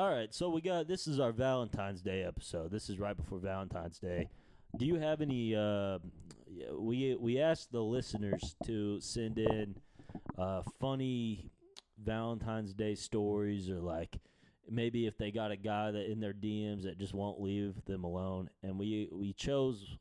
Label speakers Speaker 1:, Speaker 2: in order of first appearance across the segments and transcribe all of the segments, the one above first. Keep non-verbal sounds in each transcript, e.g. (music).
Speaker 1: Oh, right, so we got this is our Valentine's Day episode. This is right before Valentine's Day. Do you have any? Uh, yeah, we we asked the listeners to send in uh, funny Valentine's Day stories, or like maybe if they got a guy that in their DMs that just won't leave them alone. And we we chose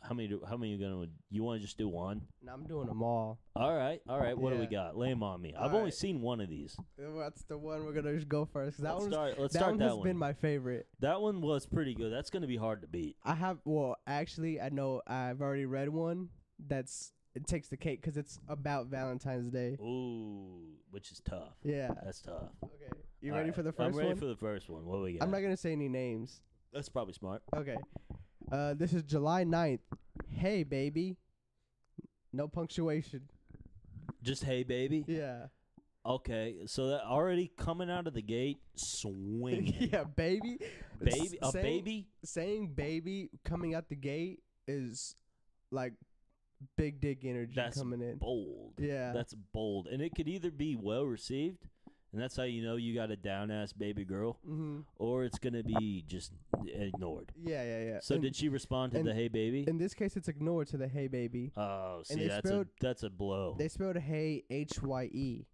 Speaker 1: how many? do- How many you gonna? You want to just do one?
Speaker 2: And I'm doing them all.
Speaker 1: All right, all right. What do we
Speaker 2: Yeah.
Speaker 1: got? Lay 'em on me. I've
Speaker 2: All
Speaker 1: only
Speaker 2: right.
Speaker 1: seen one of these.
Speaker 2: That's the one we're gonna just go first. 'cause That
Speaker 1: Let's
Speaker 2: one's-
Speaker 1: start- let's
Speaker 2: that
Speaker 1: start
Speaker 2: one
Speaker 1: that
Speaker 2: has
Speaker 1: one.
Speaker 2: been my favorite.
Speaker 1: That one was pretty good. That's gonna be hard to beat.
Speaker 2: I have well, actually, I know I've already read one that's it takes the cake because it's about Valentine's Day.
Speaker 1: Ooh, which is tough.
Speaker 2: Yeah.
Speaker 1: That's tough.
Speaker 2: Okay. You
Speaker 1: All
Speaker 2: ready
Speaker 1: right,
Speaker 2: for the first
Speaker 1: I'm ready
Speaker 2: one?
Speaker 1: for the first one. What do we got?
Speaker 2: I'm not gonna say any names.
Speaker 1: That's probably smart.
Speaker 2: Okay. Uh, this is July 9th. Hey, baby. No punctuation. (laughs)
Speaker 1: Just hey, baby.
Speaker 2: Yeah.
Speaker 1: Okay, so that already coming out of the gate, swinging.
Speaker 2: (laughs) yeah, baby.
Speaker 1: Baby, a
Speaker 2: S- saying-
Speaker 1: baby.
Speaker 2: Saying baby coming out the gate is like big dick energy
Speaker 1: That's
Speaker 2: coming in.
Speaker 1: bold.
Speaker 2: Yeah.
Speaker 1: that's bold, and it could either be well received, and that's how you know you got a down ass baby girl,
Speaker 2: hmm
Speaker 1: or it's gonna be just ignored.
Speaker 2: Yeah, yeah, yeah.
Speaker 1: So
Speaker 2: in,
Speaker 1: did she respond to
Speaker 2: and-
Speaker 1: the hey baby?
Speaker 2: in this case, it's ignored to the hey baby.
Speaker 1: oh, see,
Speaker 2: they
Speaker 1: that's
Speaker 2: spelled-
Speaker 1: a that's a blow.
Speaker 2: They spelled hey h y e.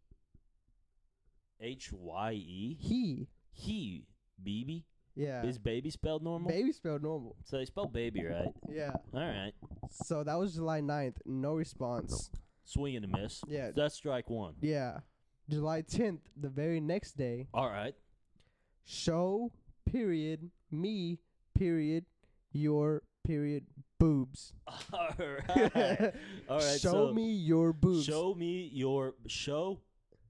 Speaker 1: H Y E
Speaker 2: He.
Speaker 1: he baby
Speaker 2: Yeah.
Speaker 1: is baby spelled normal.
Speaker 2: baby spelled normal.
Speaker 1: So they spell baby right.
Speaker 2: Yeah.
Speaker 1: All right,
Speaker 2: So that was July 9th. No response.
Speaker 1: swing and a miss.
Speaker 2: Yeah.
Speaker 1: that's strike one.
Speaker 2: Yeah. July 10th, the very next day,
Speaker 1: All right. (laughs)
Speaker 2: show period me period your period boobs. (laughs)
Speaker 1: All right. All right.
Speaker 2: show
Speaker 1: so
Speaker 2: me your boobs.
Speaker 1: Show me your. Show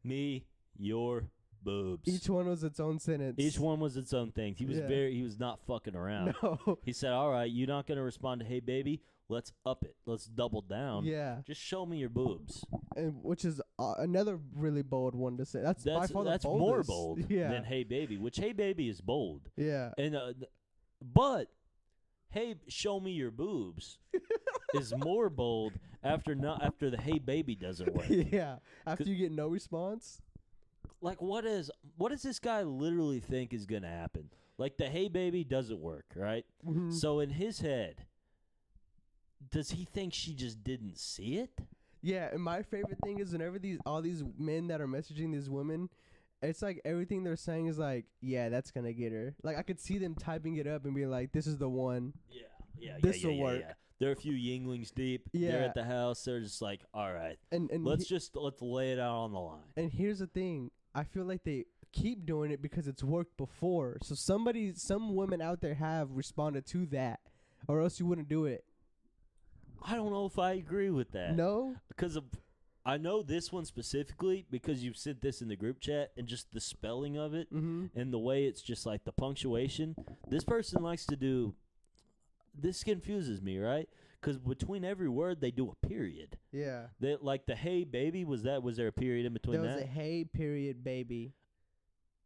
Speaker 1: me your boobs.
Speaker 2: Each one was its own sentence.
Speaker 1: Each one was its own thing. He was
Speaker 2: Yeah.
Speaker 1: very. He was not fucking around.
Speaker 2: (laughs) No.
Speaker 1: He said, "All right, you're not gonna respond to hey baby. Let's up it. Let's double down.
Speaker 2: Yeah,
Speaker 1: Just show me your boobs.
Speaker 2: and which is uh, another really bold one to say. That's, by
Speaker 1: That's
Speaker 2: far
Speaker 1: that's
Speaker 2: the
Speaker 1: more
Speaker 2: boldest.
Speaker 1: bold
Speaker 2: (laughs) Yeah,
Speaker 1: than hey baby, which hey baby is bold.
Speaker 2: yeah,
Speaker 1: And uh, th- but hey, show me your
Speaker 2: (laughs)
Speaker 1: boobs is more bold after not after the hey baby doesn't work.
Speaker 2: (laughs) yeah. After you get no response,
Speaker 1: like what is what does this guy literally think is going to happen like the hey baby doesn't work right
Speaker 2: Mm-hmm.
Speaker 1: so in his head does he think she just didn't see it
Speaker 2: yeah. And my favorite thing is whenever these all these men that are messaging these women. It's like everything they're saying is like, yeah, that's gonna get her. Like I could see them typing it up and be like, this is the one.
Speaker 1: yeah yeah
Speaker 2: This'll work.
Speaker 1: they're a few yinglings deep they're
Speaker 2: Yeah.
Speaker 1: at the house they're just like all right
Speaker 2: And and
Speaker 1: let's
Speaker 2: he-
Speaker 1: just let's lay it out on the line
Speaker 2: And here's the thing: I feel like they keep doing it because it's worked before. So somebody, some women out there have responded to that, or else you wouldn't do it.
Speaker 1: i don't know if i agree with that
Speaker 2: No,
Speaker 1: because of I know this one specifically because you've sent this in the group chat and just the spelling of it and the way it's just like the punctuation. This person likes to do. This confuses me, right? Because between every word they do a period.
Speaker 2: yeah.
Speaker 1: That like the hey baby was that was there a period in between
Speaker 2: There was
Speaker 1: that?
Speaker 2: a hey period baby,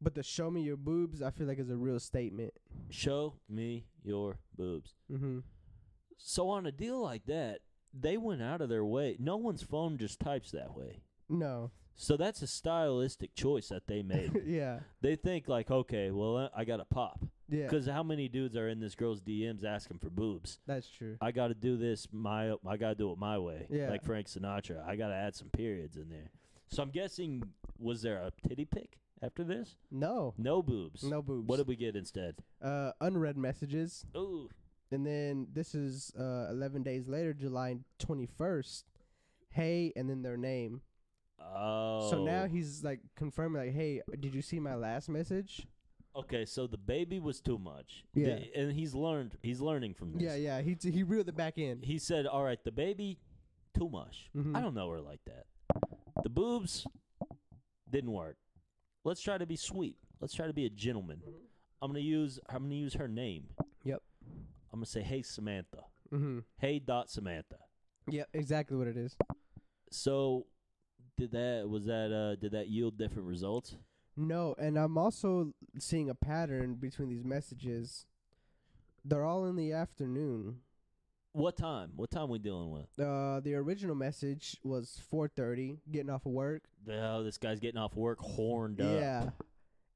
Speaker 2: but the show me your boobs, I feel like is a real statement.
Speaker 1: Show me your boobs.
Speaker 2: Mm-hmm.
Speaker 1: So on a deal like that, they went out of their way. No one's phone just types that way.
Speaker 2: No, (laughs)
Speaker 1: So that's a stylistic choice that they made.
Speaker 2: yeah,
Speaker 1: they think like, okay, well, uh, I- I got to pop.
Speaker 2: yeah.
Speaker 1: Because how many dudes are in this girl's DMs asking for boobs?
Speaker 2: That's true.
Speaker 1: I got to do this my I got to do it my way.
Speaker 2: Yeah.
Speaker 1: Like Frank Sinatra, I got to add some periods in there. So I'm guessing was there a titty pic after this?
Speaker 2: No,
Speaker 1: No boobs.
Speaker 2: no boobs.
Speaker 1: What did we get instead?
Speaker 2: uh, unread messages.
Speaker 1: Ooh.
Speaker 2: And then this is uh, 11 days later, July 21st. Hey, and then their name.
Speaker 1: Oh.
Speaker 2: So now he's like confirming, like, "Hey, did you see my last message?"
Speaker 1: Okay, so the baby was too much.
Speaker 2: Yeah.
Speaker 1: The- and he's learned he's learning from this.
Speaker 2: Yeah, yeah. He t- he reeled it back in.
Speaker 1: He said, "All right, the baby too much.
Speaker 2: Mhm.
Speaker 1: I don't know her like that. The boobs didn't work. Let's try to be sweet. Let's try to be a gentleman. I'm gonna use I'm gonna use her name.
Speaker 2: Mm-hmm. Yep.
Speaker 1: I'm gonna say, hey Samantha.
Speaker 2: Mm-hmm.
Speaker 1: Hey dot Samantha.
Speaker 2: Yep. Exactly what it is.
Speaker 1: So did that was that uh did that yield different results?
Speaker 2: No, and I'm also seeing a pattern between these messages. They're all in the afternoon.
Speaker 1: What time? What time we dealing with?
Speaker 2: Uh, the original message was 4:30, getting off of work.
Speaker 1: Oh, this guy's getting off work horned up.
Speaker 2: Yeah,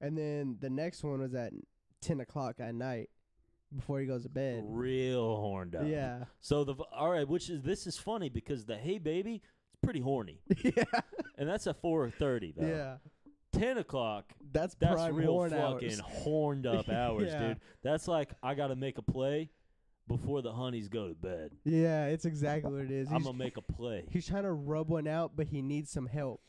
Speaker 2: And then the next one was at ten o'clock at night before he goes to bed.
Speaker 1: Real horned up.
Speaker 2: Yeah. (laughs)
Speaker 1: So the v- all right, which is this is funny because the hey baby, it's pretty horny,
Speaker 2: yeah.
Speaker 1: and that's at four thirty though.
Speaker 2: Yeah.
Speaker 1: Ten o'clock.
Speaker 2: That's,
Speaker 1: That's
Speaker 2: prime
Speaker 1: real
Speaker 2: horn
Speaker 1: fucking
Speaker 2: hours.
Speaker 1: horned
Speaker 2: (laughs)
Speaker 1: up hours,
Speaker 2: Yeah.
Speaker 1: dude. That's like I gotta make a play before the honeys go to bed.
Speaker 2: Yeah, it's exactly what it is.
Speaker 1: I'm
Speaker 2: He's,
Speaker 1: gonna make a play.
Speaker 2: he's trying to rub one out, but he needs some help.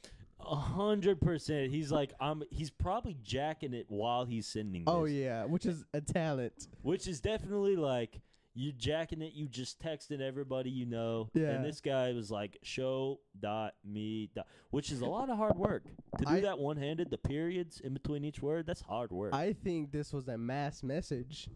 Speaker 1: A hundred percent. He's like I'm. He's probably jacking it while he's sending.
Speaker 2: Oh
Speaker 1: this,
Speaker 2: yeah, which is a talent.
Speaker 1: Which is definitely like you jacking it. You just texting everybody you know.
Speaker 2: Yeah.
Speaker 1: And this guy was like show dot me dot, which is a lot of hard work to do
Speaker 2: I-
Speaker 1: that one handed. The periods in between each word. That's hard work. I,
Speaker 2: I think this was a mass message.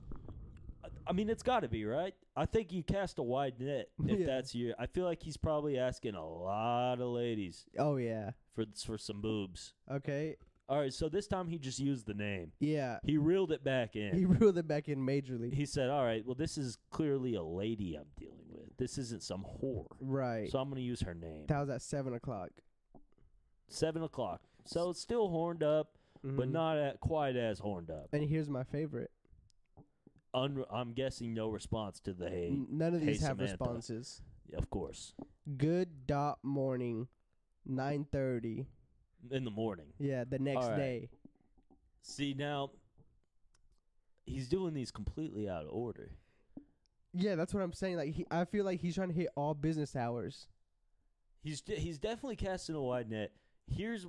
Speaker 1: I mean, it's got to be right. I think you cast a wide net
Speaker 2: (laughs)
Speaker 1: if
Speaker 2: Yeah.
Speaker 1: that's your. I feel like he's probably asking a lot of ladies
Speaker 2: Oh yeah.
Speaker 1: for for some boobs.
Speaker 2: Okay.
Speaker 1: All right, so this time he just used the name.
Speaker 2: Yeah.
Speaker 1: He reeled it back in.
Speaker 2: He (laughs) reeled it back in majorly.
Speaker 1: he said, "All right, well, this is clearly a lady I'm dealing with. This isn't some whore,
Speaker 2: Right.
Speaker 1: so I'm going to use her name."
Speaker 2: that was at seven o'clock.
Speaker 1: Seven o'clock, so it's still horned up, but
Speaker 2: Mhm.
Speaker 1: not at, quite as horned up.
Speaker 2: And here's my favorite.
Speaker 1: Unre- I'm guessing no response to the hey,
Speaker 2: N- None of
Speaker 1: hey,
Speaker 2: these have
Speaker 1: Samantha.
Speaker 2: responses.
Speaker 1: of course,
Speaker 2: Good dot morning, nine thirty.
Speaker 1: in the morning.
Speaker 2: Yeah, the next
Speaker 1: Alright.
Speaker 2: day.
Speaker 1: See now, he's doing these completely out of order.
Speaker 2: Yeah, that's what I'm saying. Like, he, I feel like he's trying to hit all business hours.
Speaker 1: He's de- he's definitely casting a wide net. Here's,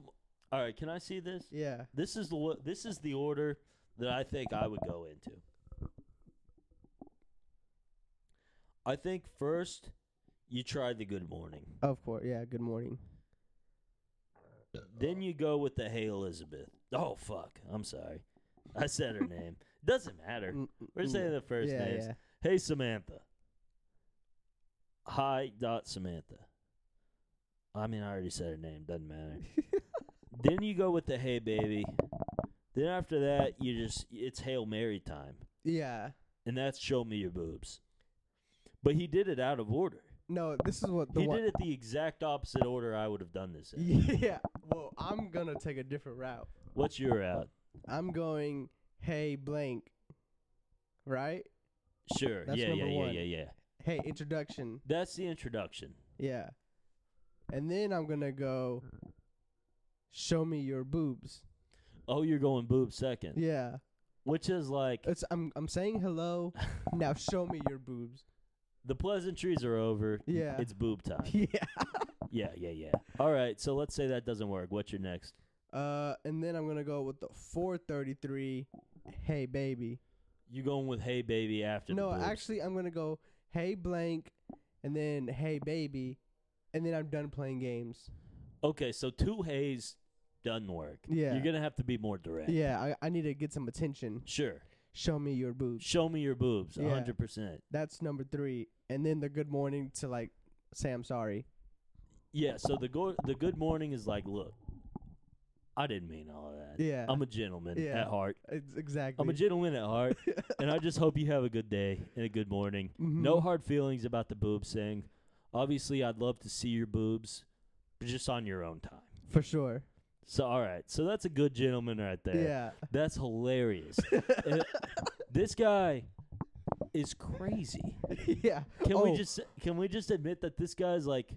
Speaker 1: all right, can I see this?
Speaker 2: Yeah.
Speaker 1: This is the wo- this is the order that I think I would go into. I think first you try the good morning.
Speaker 2: Of course. Yeah. Good morning.
Speaker 1: Then you go with the hey Elizabeth. Oh fuck, I'm sorry. I said her
Speaker 2: (laughs)
Speaker 1: name. Doesn't matter.
Speaker 2: Mm, mm,
Speaker 1: We're
Speaker 2: mm.
Speaker 1: saying the first
Speaker 2: yeah,
Speaker 1: names.
Speaker 2: Yeah.
Speaker 1: Hey Samantha. Hi dot Samantha. I mean I already said her name, doesn't matter.
Speaker 2: (laughs)
Speaker 1: then you go with the hey baby. Then after that you just it's Hail Mary time.
Speaker 2: Yeah.
Speaker 1: and that's show me your boobs. But he did it out of order.
Speaker 2: No, this is what the
Speaker 1: he
Speaker 2: one.
Speaker 1: did it the exact opposite order I would have done this in.
Speaker 2: (laughs) Yeah. Well, I'm gonna take a different route.
Speaker 1: What's your out?
Speaker 2: I'm going. Hey, blank. Right.
Speaker 1: Sure.
Speaker 2: That's
Speaker 1: yeah, yeah,
Speaker 2: number
Speaker 1: yeah,
Speaker 2: one.
Speaker 1: yeah, yeah.
Speaker 2: Hey, introduction.
Speaker 1: That's the introduction.
Speaker 2: Yeah. And then I'm gonna go. Show me your boobs.
Speaker 1: Oh, you're going boob second,
Speaker 2: Yeah.
Speaker 1: which is like
Speaker 2: It's I'm I'm saying hello. now show me your boobs.
Speaker 1: (laughs)
Speaker 2: (laughs)
Speaker 1: the pleasantries are over.
Speaker 2: Yeah.
Speaker 1: It's boob time.
Speaker 2: yeah.
Speaker 1: yeah, yeah, yeah. All right. So let's say that doesn't work. What's your next?
Speaker 2: Uh, and then I'm gonna go with the 433. Hey baby.
Speaker 1: You going with hey baby after?
Speaker 2: no,
Speaker 1: the boobs.
Speaker 2: actually I'm gonna go hey blank, and then hey baby, and then I'm done playing games.
Speaker 1: Okay, so two hays doesn't work.
Speaker 2: Yeah.
Speaker 1: You're gonna have to be more direct.
Speaker 2: Yeah, I, I need to get some attention.
Speaker 1: Sure.
Speaker 2: Show me your boobs.
Speaker 1: Show me your boobs.
Speaker 2: Yeah.
Speaker 1: hundred percent.
Speaker 2: That's number three. And then the good morning to like say I'm sorry.
Speaker 1: Yeah, so the go- the good morning is like, look, I didn't mean all of that.
Speaker 2: Yeah.
Speaker 1: I'm a gentleman
Speaker 2: Yeah.
Speaker 1: at heart.
Speaker 2: It's exactly.
Speaker 1: Um, I'm
Speaker 2: (laughs)
Speaker 1: a gentleman at heart, and I just hope you have a good day and a good morning. No
Speaker 2: Mhm.
Speaker 1: hard feelings about the boobs thing. Obviously, I'd love to see your boobs, but just on your own time.
Speaker 2: for sure.
Speaker 1: So, all right, so that's a good gentleman right there.
Speaker 2: Yeah.
Speaker 1: That's
Speaker 2: (laughs)
Speaker 1: hilarious. Uh, this guy is crazy.
Speaker 2: yeah.
Speaker 1: Can
Speaker 2: Oh.
Speaker 1: we just can we just admit that this guy's like,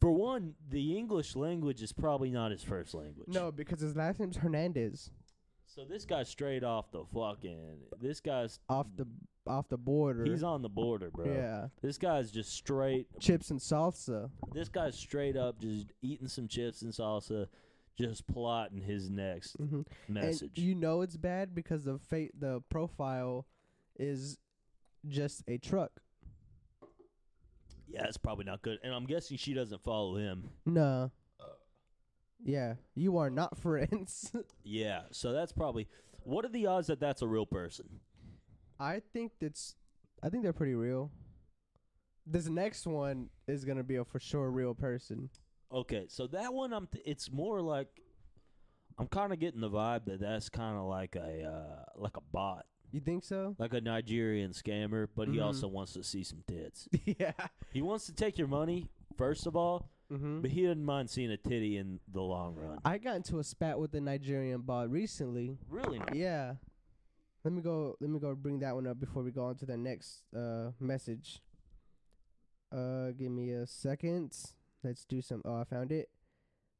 Speaker 1: for one, the English language is probably not his first language.
Speaker 2: No, because his last name's Hernandez.
Speaker 1: So this guy's straight off the fucking. This guy's
Speaker 2: Off the off the border.
Speaker 1: he's on the border, bro.
Speaker 2: Yeah.
Speaker 1: This guy's just straight.
Speaker 2: Chips and salsa.
Speaker 1: This guy's straight up just eating some chips and salsa, just plotting his next
Speaker 2: Mhm.
Speaker 1: message.
Speaker 2: And you know it's bad because the fa- the profile is just a truck.
Speaker 1: yeah, it's probably not good. And I'm guessing she doesn't follow him.
Speaker 2: No. Yeah, you are not (laughs) friends.
Speaker 1: Yeah, so that's probably. What are the odds that that's a real person?
Speaker 2: I think that's I think they're pretty real. This next one is going to be a for sure real person.
Speaker 1: Okay, so that one, I'm. Th- it's more like, I'm kind of getting the vibe that that's kind of like a uh, like a bot,
Speaker 2: You think so? (laughs)
Speaker 1: like a Nigerian scammer, but he
Speaker 2: Mhm.
Speaker 1: also wants to see some tits.
Speaker 2: yeah.
Speaker 1: He wants to take your money first of all,
Speaker 2: Mm-hmm.
Speaker 1: but he doesn't mind seeing a titty in the long run.
Speaker 2: I got into a spat with the Nigerian bod recently.
Speaker 1: Really?
Speaker 2: Yeah. Let me go. Let me go bring that one up before we go on to the next uh, message. Uh, give me a second. Let's do some. Oh, I found it.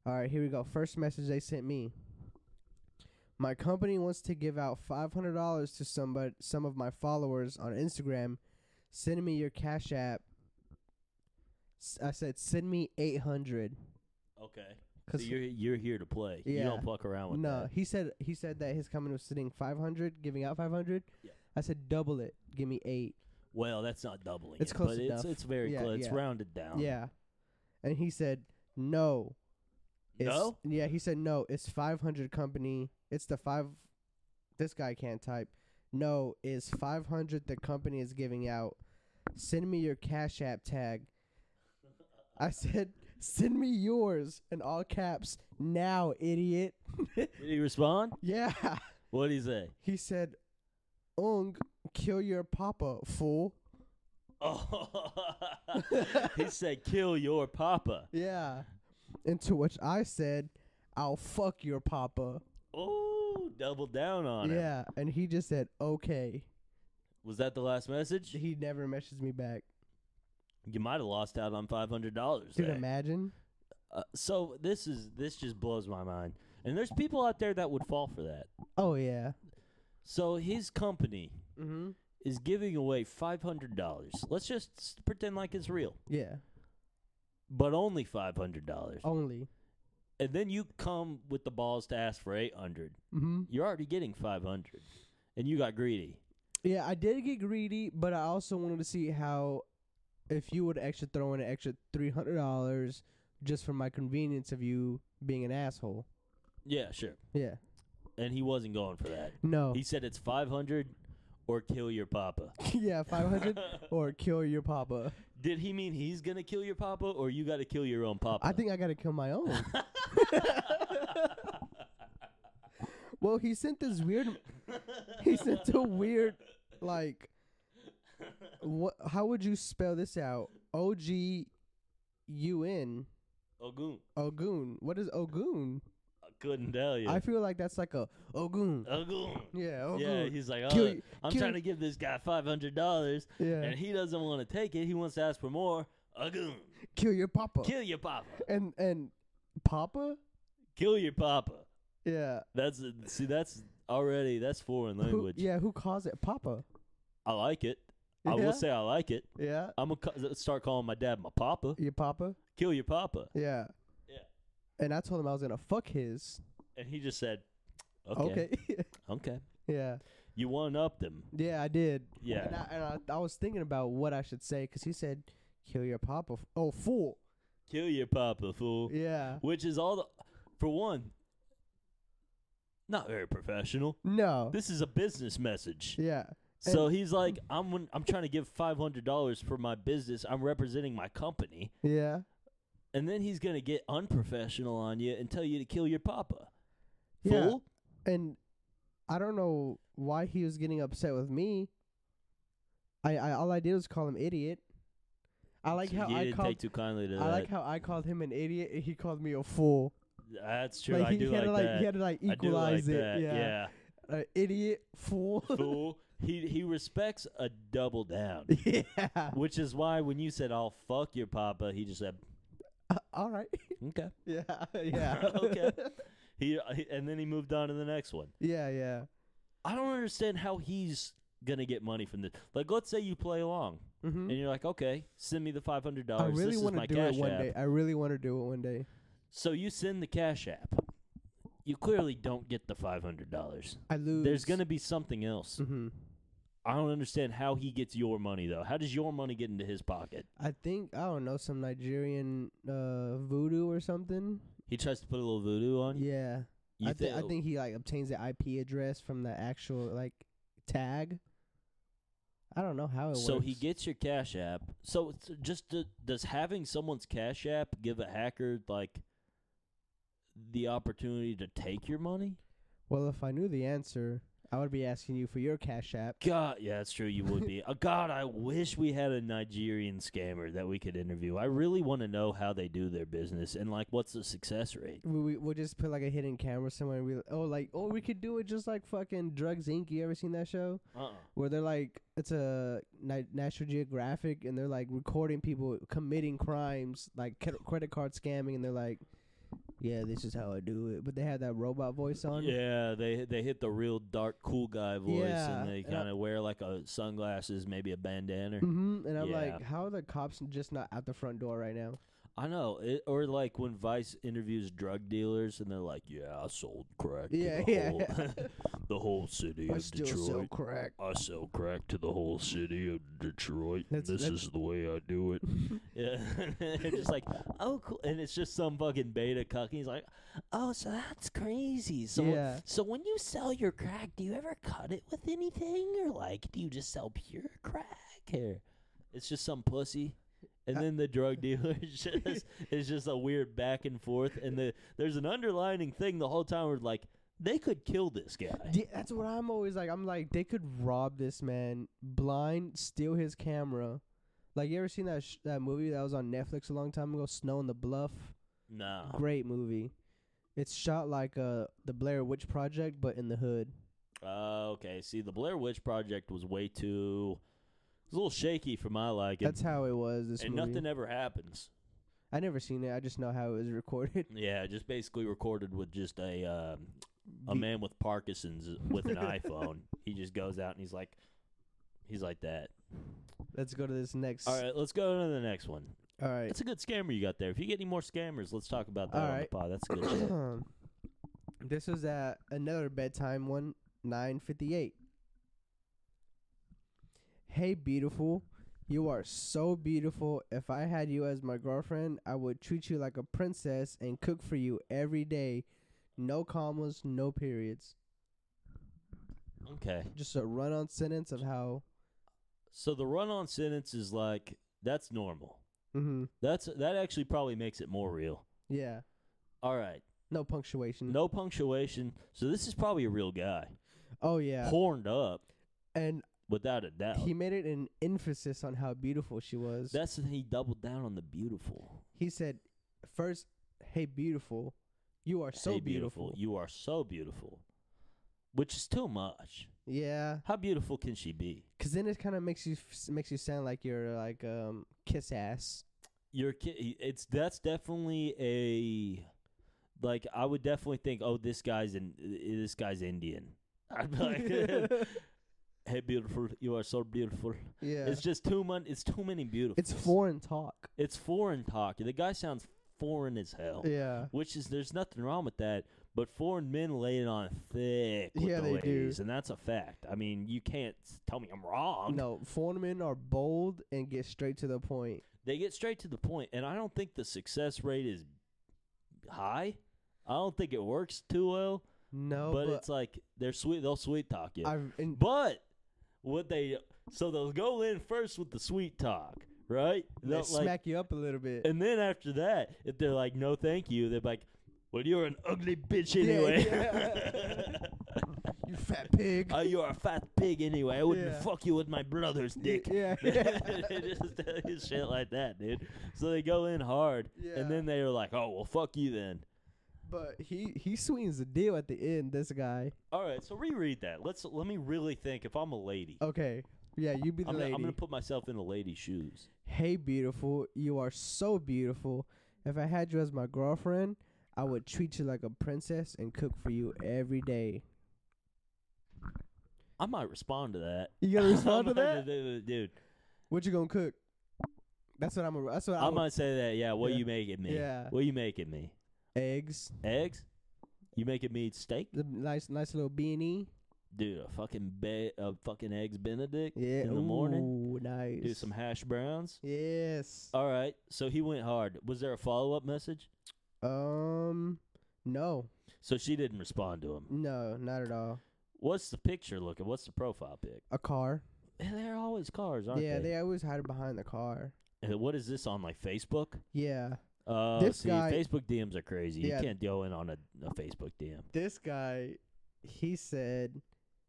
Speaker 2: All right, here we go. First message they sent me. My company wants to give out five hundred dollars to somebody, some of my followers on Instagram. Send me your Cash App. S- I said, send me eight hundred.
Speaker 1: Okay. So you're you're here to play. You
Speaker 2: Yeah.
Speaker 1: don't fuck around with
Speaker 2: No,
Speaker 1: that.
Speaker 2: he said he said that his company was sitting 500, giving out 500.
Speaker 1: Yeah.
Speaker 2: I said double it, give me eight.
Speaker 1: Well, that's not doubling.
Speaker 2: It's
Speaker 1: it,
Speaker 2: close
Speaker 1: but it's
Speaker 2: enough.
Speaker 1: it's very
Speaker 2: Yeah,
Speaker 1: close. It's
Speaker 2: yeah.
Speaker 1: rounded down.
Speaker 2: Yeah, and he said no. It's,
Speaker 1: No.
Speaker 2: Yeah, he said no. It's 500 company. It's the five. This guy can't type. No, is 500 the company is giving out. Send me your Cash App tag. I said, send me yours in all caps now, idiot. (laughs)
Speaker 1: Did he respond?
Speaker 2: yeah.
Speaker 1: What did he say? (laughs)
Speaker 2: He said, Ung, kill your papa, fool. (laughs)
Speaker 1: Oh, he said, "Kill your papa."
Speaker 2: Yeah. And to which I said, I'll fuck your papa.
Speaker 1: Oh, double down on it.
Speaker 2: Yeah. And he just said, okay.
Speaker 1: Was that the last message?
Speaker 2: He never messaged me back.
Speaker 1: You might have lost out on five hundred dollars.
Speaker 2: Dude, imagine.
Speaker 1: Uh, so this is this just blows my mind. And there's people out there that would fall for that.
Speaker 2: Oh, yeah.
Speaker 1: So his company
Speaker 2: Mm-hmm.
Speaker 1: is giving away five hundred dollars. Let's just s- pretend like it's real,
Speaker 2: Yeah.
Speaker 1: but only five hundred dollars.
Speaker 2: Only.
Speaker 1: And then you come with the balls to ask for eight hundred.
Speaker 2: Mm-hmm.
Speaker 1: You're already getting five hundred, and you got greedy.
Speaker 2: Yeah, I did get greedy, but I also wanted to see how if you would actually throw in an extra $300 just for my convenience of you being an asshole.
Speaker 1: Yeah, sure.
Speaker 2: Yeah.
Speaker 1: And he wasn't going for that.
Speaker 2: No.
Speaker 1: He said it's five hundred or kill your papa.
Speaker 2: (laughs) yeah, 500 or kill your papa.
Speaker 1: (laughs) Did he mean he's gonna kill your papa, or you got to kill your own papa? (laughs)
Speaker 2: I think I gotta kill my own. well, he sent this weird. (laughs) He sent a weird, like, what? How would you spell this out? O G U N
Speaker 1: Ogun.
Speaker 2: Ogun. What is Ogun?
Speaker 1: I couldn't tell you.
Speaker 2: I feel like that's like a Ogun.
Speaker 1: Ogun.
Speaker 2: Yeah,
Speaker 1: Yeah,
Speaker 2: Ogun.
Speaker 1: he's like, oh,
Speaker 2: Kill y-
Speaker 1: I'm
Speaker 2: kill
Speaker 1: trying
Speaker 2: y-
Speaker 1: to give this guy five hundred dollars,
Speaker 2: Yeah,
Speaker 1: and he doesn't want to take it. He wants to ask for more. Ogun.
Speaker 2: kill your papa.
Speaker 1: Kill your papa.
Speaker 2: and and papa.
Speaker 1: Kill your papa.
Speaker 2: Yeah.
Speaker 1: That's see, that's already that's foreign
Speaker 2: Who,
Speaker 1: language.
Speaker 2: yeah, who calls it papa?
Speaker 1: I like it. I
Speaker 2: Yeah?
Speaker 1: will say I like it.
Speaker 2: Yeah,
Speaker 1: I'm gonna start calling my dad my papa.
Speaker 2: your papa.
Speaker 1: Kill your papa.
Speaker 2: Yeah.
Speaker 1: Yeah.
Speaker 2: And I told him I was gonna fuck his.
Speaker 1: And he just said, okay, okay.
Speaker 2: Okay. (laughs) yeah.
Speaker 1: You one upped him.
Speaker 2: Yeah, I did.
Speaker 1: Yeah.
Speaker 2: And, I, and I, I was thinking about what I should say because he said, "Kill your papa." F- oh, fool.
Speaker 1: Kill your papa, fool.
Speaker 2: Yeah.
Speaker 1: Which is all the, for one, not very professional.
Speaker 2: No.
Speaker 1: This is a business message.
Speaker 2: yeah.
Speaker 1: So he's like, I'm wan- I'm trying to give five hundred dollars for my business. I'm representing my company,
Speaker 2: Yeah.
Speaker 1: and then he's gonna get unprofessional on you and tell you to kill your papa,
Speaker 2: Yeah.
Speaker 1: fool.
Speaker 2: And I don't know why he was getting upset with me. I, I all I did was call him idiot. I like
Speaker 1: So
Speaker 2: how
Speaker 1: you
Speaker 2: I
Speaker 1: didn't
Speaker 2: called.
Speaker 1: take too kindly to
Speaker 2: I
Speaker 1: that.
Speaker 2: like how I called him an idiot and he called me a fool.
Speaker 1: That's true.
Speaker 2: like
Speaker 1: I
Speaker 2: he,
Speaker 1: do
Speaker 2: he
Speaker 1: like,
Speaker 2: had to like
Speaker 1: that.
Speaker 2: he had to like
Speaker 1: I do like
Speaker 2: equalize it.
Speaker 1: that.
Speaker 2: Yeah.
Speaker 1: yeah.
Speaker 2: Uh, idiot, fool. (laughs)
Speaker 1: fool. He he respects a double down,
Speaker 2: yeah. (laughs)
Speaker 1: which is why when you said "I'll fuck your papa," he just said
Speaker 2: all right. (laughs)
Speaker 1: okay.
Speaker 2: Yeah. Yeah.
Speaker 1: (laughs)
Speaker 2: (laughs)
Speaker 1: Okay. He he- and then he moved on to the next one.
Speaker 2: Yeah, yeah.
Speaker 1: I don't understand how he's gonna get money from this. Like, let's say you play along
Speaker 2: Mm-hmm.
Speaker 1: and you're like, okay, send me the five hundred
Speaker 2: I
Speaker 1: dollars.
Speaker 2: really
Speaker 1: this is
Speaker 2: want
Speaker 1: my
Speaker 2: to do
Speaker 1: cash
Speaker 2: it one
Speaker 1: app.
Speaker 2: day. I really want to do it one day.
Speaker 1: So you send the cash app. You clearly don't get the five hundred dollars.
Speaker 2: I lose.
Speaker 1: There's gonna be something else.
Speaker 2: Mm-hmm.
Speaker 1: I don't understand how he gets your money though. How does your money get into his pocket?
Speaker 2: I think I don't know some Nigerian uh, voodoo or something.
Speaker 1: He tries to put a little voodoo on you.
Speaker 2: Yeah,
Speaker 1: You
Speaker 2: I, thi- I
Speaker 1: thi-
Speaker 2: think he like obtains the IP address from the actual like tag. I don't know how it works.
Speaker 1: So he gets your Cash App. So it's just to, does having someone's Cash App give a hacker like the opportunity to take your money?
Speaker 2: well, if I knew the answer, I would be asking you for your cash app.
Speaker 1: God, yeah, that's true. You would be. Uh, God, I wish we had a Nigerian scammer that we could interview. I really want to know how they do their business and like what's the success rate.
Speaker 2: We, we we'll just put like a hidden camera somewhere and we oh like oh we could do it just like fucking Drugs Inc. You ever seen that show
Speaker 1: Uh. uh
Speaker 2: where they're like it's a Ni- National Geographic and they're like recording people committing crimes like c- credit card scamming and they're like yeah this is how I do it but they had that robot voice on
Speaker 1: Yeah, they they hit the real dark cool guy voice
Speaker 2: Yeah,
Speaker 1: and they
Speaker 2: and I-
Speaker 1: kind of wear like a sunglasses, maybe a bandana.
Speaker 2: hmm and I'm like
Speaker 1: Yeah.
Speaker 2: how are the cops just not at the front door right now
Speaker 1: I know, it, or like when Vice interviews drug dealers and they're like, "Yeah, I sold crack
Speaker 2: Yeah,
Speaker 1: to the
Speaker 2: yeah,
Speaker 1: whole
Speaker 2: yeah.
Speaker 1: (laughs) the whole city
Speaker 2: I
Speaker 1: of
Speaker 2: still
Speaker 1: Detroit."
Speaker 2: sell crack
Speaker 1: I sell crack to the whole city of Detroit.
Speaker 2: That's-
Speaker 1: this
Speaker 2: that's-
Speaker 1: is the way I do
Speaker 2: (laughs)
Speaker 1: it. yeah, (laughs) and just like oh, cool. And it's just some fucking beta cuck. He's like, oh, so that's crazy. So,
Speaker 2: Yeah.
Speaker 1: so when you sell your crack, do you ever cut it with anything, or like, do you just sell pure crack? Or it's just some pussy. And
Speaker 2: I-
Speaker 1: then the drug dealer (laughs) is
Speaker 2: (laughs)
Speaker 1: just, is just a weird back and forth, and the, there's an underlining thing the whole time where like they could kill this guy.
Speaker 2: D- that's what I'm always like. I'm like, they could rob this man blind, steal his camera. Like, you ever seen that sh- that movie that was on Netflix a long time ago, Snow in the Bluff?
Speaker 1: Nah,
Speaker 2: Great movie. It's shot like uh the Blair Witch Project, but in the hood.
Speaker 1: Uh, okay. See, the Blair Witch Project was way too. It was a little shaky for my liking.
Speaker 2: That's how it was. This
Speaker 1: and
Speaker 2: movie.
Speaker 1: nothing ever happens.
Speaker 2: I never seen it. I just know how it
Speaker 1: (laughs)
Speaker 2: was recorded.
Speaker 1: Yeah, just basically recorded with just a um, a
Speaker 2: The-
Speaker 1: man with Parkinson's with an iPhone. He just goes out and he's like, he's like that.
Speaker 2: (laughs) Let's go to this next.
Speaker 1: All right, let's go to the next one.
Speaker 2: All right.
Speaker 1: That's a good scammer you got there. If you get any more scammers, let's talk about that
Speaker 2: All
Speaker 1: on
Speaker 2: right.
Speaker 1: the pod. That's good.
Speaker 2: (coughs)
Speaker 1: shit. (coughs)
Speaker 2: this was at another bedtime one, 958. Hey, beautiful. You are so beautiful. If I had you as my girlfriend, I would treat you like a princess and cook for you every day. No commas, no periods.
Speaker 1: Okay.
Speaker 2: Just a run on sentence of how.
Speaker 1: So the run-on sentence is like that's normal.
Speaker 2: Mm-hmm.
Speaker 1: That's that actually probably makes it more real.
Speaker 2: Yeah.
Speaker 1: All right.
Speaker 2: No punctuation.
Speaker 1: No punctuation. So this is probably a real guy.
Speaker 2: Oh, yeah.
Speaker 1: Horned up,
Speaker 2: And
Speaker 1: without a doubt.
Speaker 2: he made it an emphasis on how beautiful she was.
Speaker 1: That's the thing, he doubled down on the beautiful.
Speaker 2: He said, first, hey, beautiful. You are so
Speaker 1: Hey,
Speaker 2: beautiful.
Speaker 1: You are so beautiful. Which is too much.
Speaker 2: Yeah.
Speaker 1: How beautiful can she be?
Speaker 2: 'Cause then it kind of makes you f- makes you sound like you're like um kiss ass.
Speaker 1: Your kid, it's that's definitely a like. I would definitely think, oh, this guy's in this guy's Indian. (laughs) I'd be like, hey, beautiful, you are so beautiful.
Speaker 2: (laughs) yeah,
Speaker 1: It's
Speaker 2: it's,
Speaker 1: just too much. It's too many beautiful.
Speaker 2: foreign talk.
Speaker 1: It's foreign talk. The guy sounds foreign as hell.
Speaker 2: Yeah,
Speaker 1: which is there's nothing wrong with that. But foreign men lay it on thick with
Speaker 2: Yeah,
Speaker 1: the
Speaker 2: they do.
Speaker 1: ladies, and that's a fact. I mean, you can't s- tell me I'm wrong.
Speaker 2: no, foreign men are bold and get straight to the point.
Speaker 1: They get straight to the point, and I don't think the success rate is high. I don't think it works too well.
Speaker 2: No,
Speaker 1: but,
Speaker 2: but,
Speaker 1: it's like they're sweet. They'll sweet talk you.
Speaker 2: I've and,
Speaker 1: but what they so they'll go in first with the sweet talk, right?
Speaker 2: they
Speaker 1: They'll, like,
Speaker 2: smack you up a little bit.
Speaker 1: And then after that, if they're like, no, thank you, they're like, well, you're an ugly bitch
Speaker 2: Yeah,
Speaker 1: anyway. (laughs)
Speaker 2: (laughs) you fat pig.
Speaker 1: oh, you're a fat pig anyway. I wouldn't
Speaker 2: Yeah.
Speaker 1: fuck you with my brother's dick.
Speaker 2: (laughs)
Speaker 1: (laughs)
Speaker 2: Yeah,
Speaker 1: they just tell you shit like that, dude. So they go in hard,
Speaker 2: Yeah.
Speaker 1: and then they're like, oh, well, fuck you then.
Speaker 2: but he he sweetens the deal at the end. This guy.
Speaker 1: All right, so reread that. Let's let me really think. If I'm a lady,
Speaker 2: Okay, yeah, you be the
Speaker 1: I'm, gonna,
Speaker 2: Oh, lady.
Speaker 1: I'm gonna put myself in a lady's shoes.
Speaker 2: Hey, beautiful, you are so beautiful. If I had you as my girlfriend, I would treat you like a princess and cook for you every day.
Speaker 1: I might respond to that. (laughs)
Speaker 2: You gonna
Speaker 1: I
Speaker 2: respond to
Speaker 1: might-
Speaker 2: that?
Speaker 1: dude?
Speaker 2: What you gonna cook? That's what I'm. A, that's what
Speaker 1: I
Speaker 2: I'm. a-
Speaker 1: might say that. Yeah, what
Speaker 2: Oh. Yeah.
Speaker 1: you making me?
Speaker 2: Yeah.
Speaker 1: what you making me?
Speaker 2: eggs,
Speaker 1: Eggs? You making me steak?
Speaker 2: the nice, nice little beanie.
Speaker 1: Dude, a fucking be- a fucking eggs Benedict
Speaker 2: Yeah,
Speaker 1: in the morning.
Speaker 2: Ooh, nice.
Speaker 1: Do some hash browns.
Speaker 2: Yes.
Speaker 1: All right, so he went hard. Was there a follow up message?
Speaker 2: Um. No,
Speaker 1: So she didn't respond to him.
Speaker 2: no, not at all.
Speaker 1: What's the picture looking? What's the profile pic?
Speaker 2: A car.
Speaker 1: Eh, They're always cars, aren't
Speaker 2: yeah,
Speaker 1: they?
Speaker 2: they always hide it behind the car.
Speaker 1: Yeah, What is this on like Facebook?
Speaker 2: Yeah.
Speaker 1: Uh,
Speaker 2: This
Speaker 1: see,
Speaker 2: guy-
Speaker 1: Facebook DMs are crazy.
Speaker 2: Yeah.
Speaker 1: You can't go in on a, a Facebook DM.
Speaker 2: this guy, he said,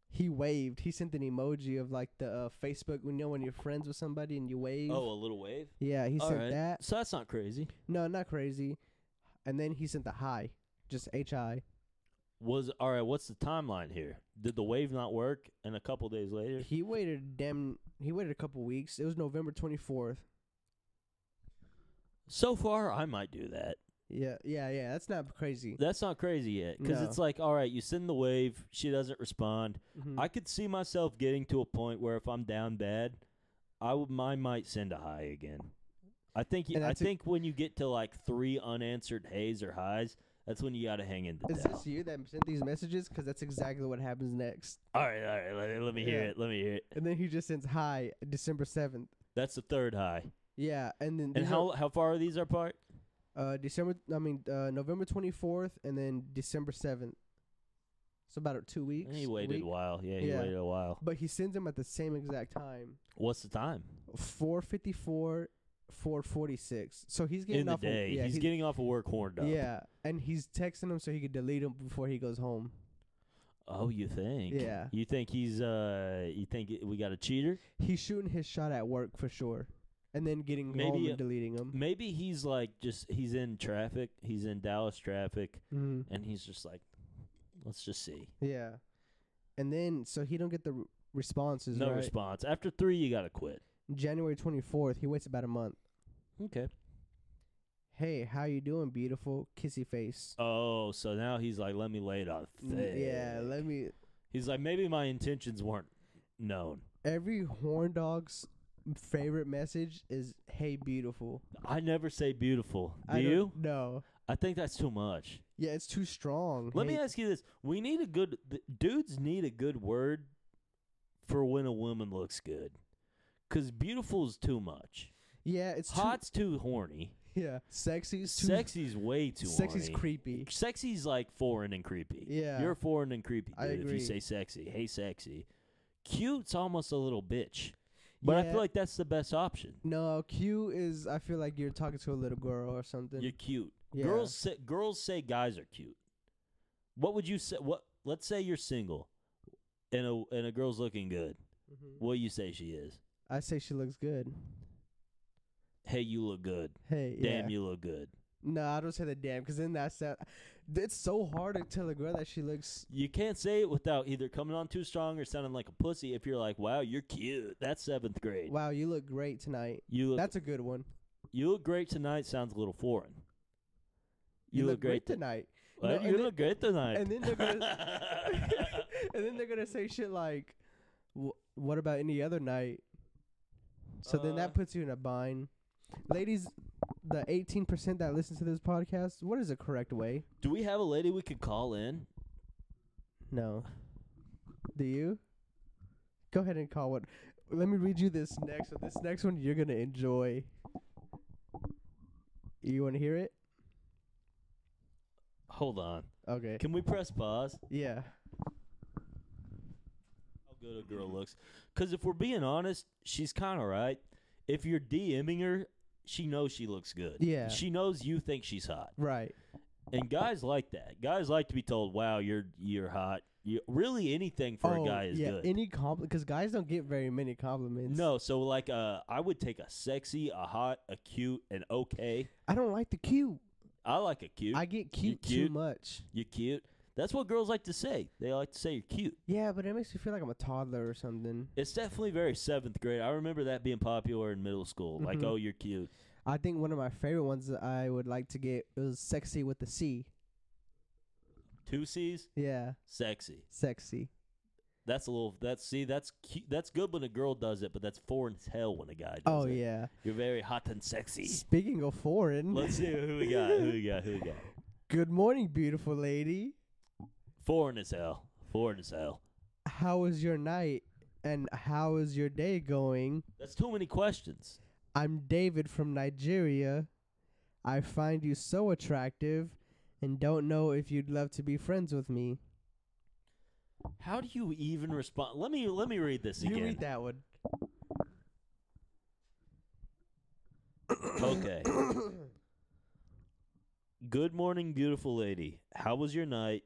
Speaker 2: he waved. He sent an emoji of like the uh, Facebook. You know when you're friends with somebody and you wave.
Speaker 1: Oh, a little wave.
Speaker 2: Yeah, he
Speaker 1: All
Speaker 2: sent
Speaker 1: right.
Speaker 2: that.
Speaker 1: So that's not crazy.
Speaker 2: No, not crazy. And then he sent the hi, just H I.
Speaker 1: Was all right. What's the timeline here? Did the wave not work? And a couple days later,
Speaker 2: He waited damn. He waited a couple weeks. It was November twenty fourth.
Speaker 1: so far I might do that.
Speaker 2: Yeah, yeah, yeah. That's not crazy.
Speaker 1: That's not crazy yet, because
Speaker 2: No.
Speaker 1: it's like, all right, you send the wave, she doesn't respond.
Speaker 2: Mhm.
Speaker 1: I could see myself getting to a point where if I'm down bad, I would I might send a high again. I think you,
Speaker 2: And
Speaker 1: I
Speaker 2: that's a-
Speaker 1: think when you get to like three unanswered hays or highs, that's when you got to hang in the
Speaker 2: Is
Speaker 1: towel.
Speaker 2: this you that sent these messages? Because that's exactly what happens next.
Speaker 1: All right, all right, let, let me hear
Speaker 2: Yeah.
Speaker 1: it. Let me hear it.
Speaker 2: And then he just sends hi, December seventh.
Speaker 1: That's the third high.
Speaker 2: Yeah, and then
Speaker 1: And
Speaker 2: these are-
Speaker 1: how how far are these apart?
Speaker 2: Uh, December. I mean, uh, November twenty fourth, and then December seventh. So about two weeks.
Speaker 1: He waited
Speaker 2: week.
Speaker 1: a while. Yeah, he
Speaker 2: Yeah.
Speaker 1: waited a while.
Speaker 2: But he sends them at the same exact time.
Speaker 1: What's the time
Speaker 2: Four fifty four, four forty six. So he's getting
Speaker 1: in the
Speaker 2: off. of-
Speaker 1: day?
Speaker 2: yeah,
Speaker 1: he's, getting off of work horned up.
Speaker 2: Yeah, and he's texting them so he could delete them before he goes home.
Speaker 1: Oh, you think?
Speaker 2: Yeah.
Speaker 1: You think he's uh? You think we got a cheater?
Speaker 2: He's shooting his shot at work for sure, and then getting
Speaker 1: Maybe
Speaker 2: home
Speaker 1: a-
Speaker 2: and deleting them.
Speaker 1: Maybe he's like just he's in traffic. He's in Dallas traffic.
Speaker 2: Mm-hmm.
Speaker 1: and he's just like, let's just see.
Speaker 2: Yeah, and then so he don't get the r responses.
Speaker 1: no
Speaker 2: right?
Speaker 1: response. After three, you gotta quit.
Speaker 2: January twenty fourth. He waits about a month.
Speaker 1: Okay.
Speaker 2: Hey, how you doing, beautiful kissy face?
Speaker 1: Oh, so now he's like, let me lay it on thick.
Speaker 2: Mm, Yeah, let me.
Speaker 1: he's like, maybe my intentions weren't known.
Speaker 2: Every horn dog's favorite message is "Hey, beautiful."
Speaker 1: I never say beautiful. Do
Speaker 2: I don't-
Speaker 1: you?
Speaker 2: No.
Speaker 1: I think that's too much.
Speaker 2: Yeah, it's too strong.
Speaker 1: Let me
Speaker 2: Hey-
Speaker 1: ask you this: We need a good th- dudes need a good word for when a woman looks good, because beautiful's too much.
Speaker 2: Yeah, it's too,
Speaker 1: Hot's too horny.
Speaker 2: (laughs) Yeah, sexy's too.
Speaker 1: Sexy's way too.
Speaker 2: sexy's
Speaker 1: horny.
Speaker 2: creepy.
Speaker 1: Sexy's like foreign and creepy.
Speaker 2: Yeah.
Speaker 1: You're foreign and creepy, dude.
Speaker 2: I
Speaker 1: If you
Speaker 2: agree.
Speaker 1: say sexy, hey sexy. Cute's almost a little bitch. But I
Speaker 2: Yeah.
Speaker 1: feel like that's the best option.
Speaker 2: No, Q is. I feel like you're talking to a little girl or something.
Speaker 1: You're cute.
Speaker 2: yeah.
Speaker 1: Girls say, girls say guys are cute. What would you say what let's say you're single and a and a girl's looking good.
Speaker 2: Mhm.
Speaker 1: What do you say she is?
Speaker 2: I say she looks good.
Speaker 1: Hey, you look good.
Speaker 2: Hey, yeah.
Speaker 1: Damn, you look good.
Speaker 2: No, I don't say the damn because then that's that. It's so hard to tell a girl that she looks.
Speaker 1: You can't say it without either coming on too strong or sounding like a pussy if you're like, "Wow, you're cute." That's 7th grade.
Speaker 2: Wow, you look great tonight.
Speaker 1: You look
Speaker 2: That's a good one.
Speaker 1: You look great tonight sounds a little foreign.
Speaker 2: You, look, great (laughs) tonight.
Speaker 1: What?
Speaker 2: No,
Speaker 1: you
Speaker 2: and
Speaker 1: look great tonight.
Speaker 2: and then they're (laughs) gonna- and then they're gonna say shit like, "Wh- "What about any other night?" So then
Speaker 1: Uh.
Speaker 2: that puts you in a bind, ladies. The eighteen percent that listen to this podcast, what is the correct way?
Speaker 1: (laughs) Do we have a lady we could call in?
Speaker 2: No. Do you? Go ahead and call one. Let me read you this next one. This next one you're gonna enjoy. You want to hear it?
Speaker 1: Hold on.
Speaker 2: Okay.
Speaker 1: Can we press pause?
Speaker 2: Yeah.
Speaker 1: How good a girl looks. Because if we're being honest, she's kind of right. If you're DMing her, she knows she looks good.
Speaker 2: Yeah.
Speaker 1: She knows you think she's hot.
Speaker 2: Right.
Speaker 1: And guys like that. Guys like to be told, "Wow, you're you're hot." You, really, anything for a guy is
Speaker 2: Oh, yeah.
Speaker 1: good.
Speaker 2: Any compliment? Because guys don't get very many compliments.
Speaker 1: no, so like, uh, I would take a sexy, a hot, a cute, an okay.
Speaker 2: I don't like the cute.
Speaker 1: I like a cute.
Speaker 2: I get cute,
Speaker 1: cute?
Speaker 2: too much.
Speaker 1: You're cute. That's what girls like to say. They like to say you're cute.
Speaker 2: Yeah, but it makes me feel like I'm a toddler or something.
Speaker 1: It's definitely very seventh grade. I remember that being popular in middle school. Like,
Speaker 2: Mhm.
Speaker 1: oh, you're cute.
Speaker 2: I think one of my favorite ones that I would like to get is sexy with the C.
Speaker 1: Two C's,
Speaker 2: Yeah,
Speaker 1: sexy.
Speaker 2: sexy.
Speaker 1: That's a little. That's see. That's cute. That's good when a girl does it, but that's foreign as hell when a guy does
Speaker 2: Oh
Speaker 1: it.
Speaker 2: yeah.
Speaker 1: You're very hot and sexy.
Speaker 2: Speaking of foreign,
Speaker 1: Let's see who we got. Who we got? Who we got?
Speaker 2: good morning, beautiful lady.
Speaker 1: Foreign as hell. Foreign as hell.
Speaker 2: How was your night? And how is your day going?
Speaker 1: That's too many questions.
Speaker 2: I'm David from Nigeria. I find you so attractive and don't know if you'd love to be friends with me.
Speaker 1: How do you even respond? Let me let me read this
Speaker 2: You
Speaker 1: again.
Speaker 2: read that one.
Speaker 1: (coughs) Okay. Good morning, beautiful lady. How was your night?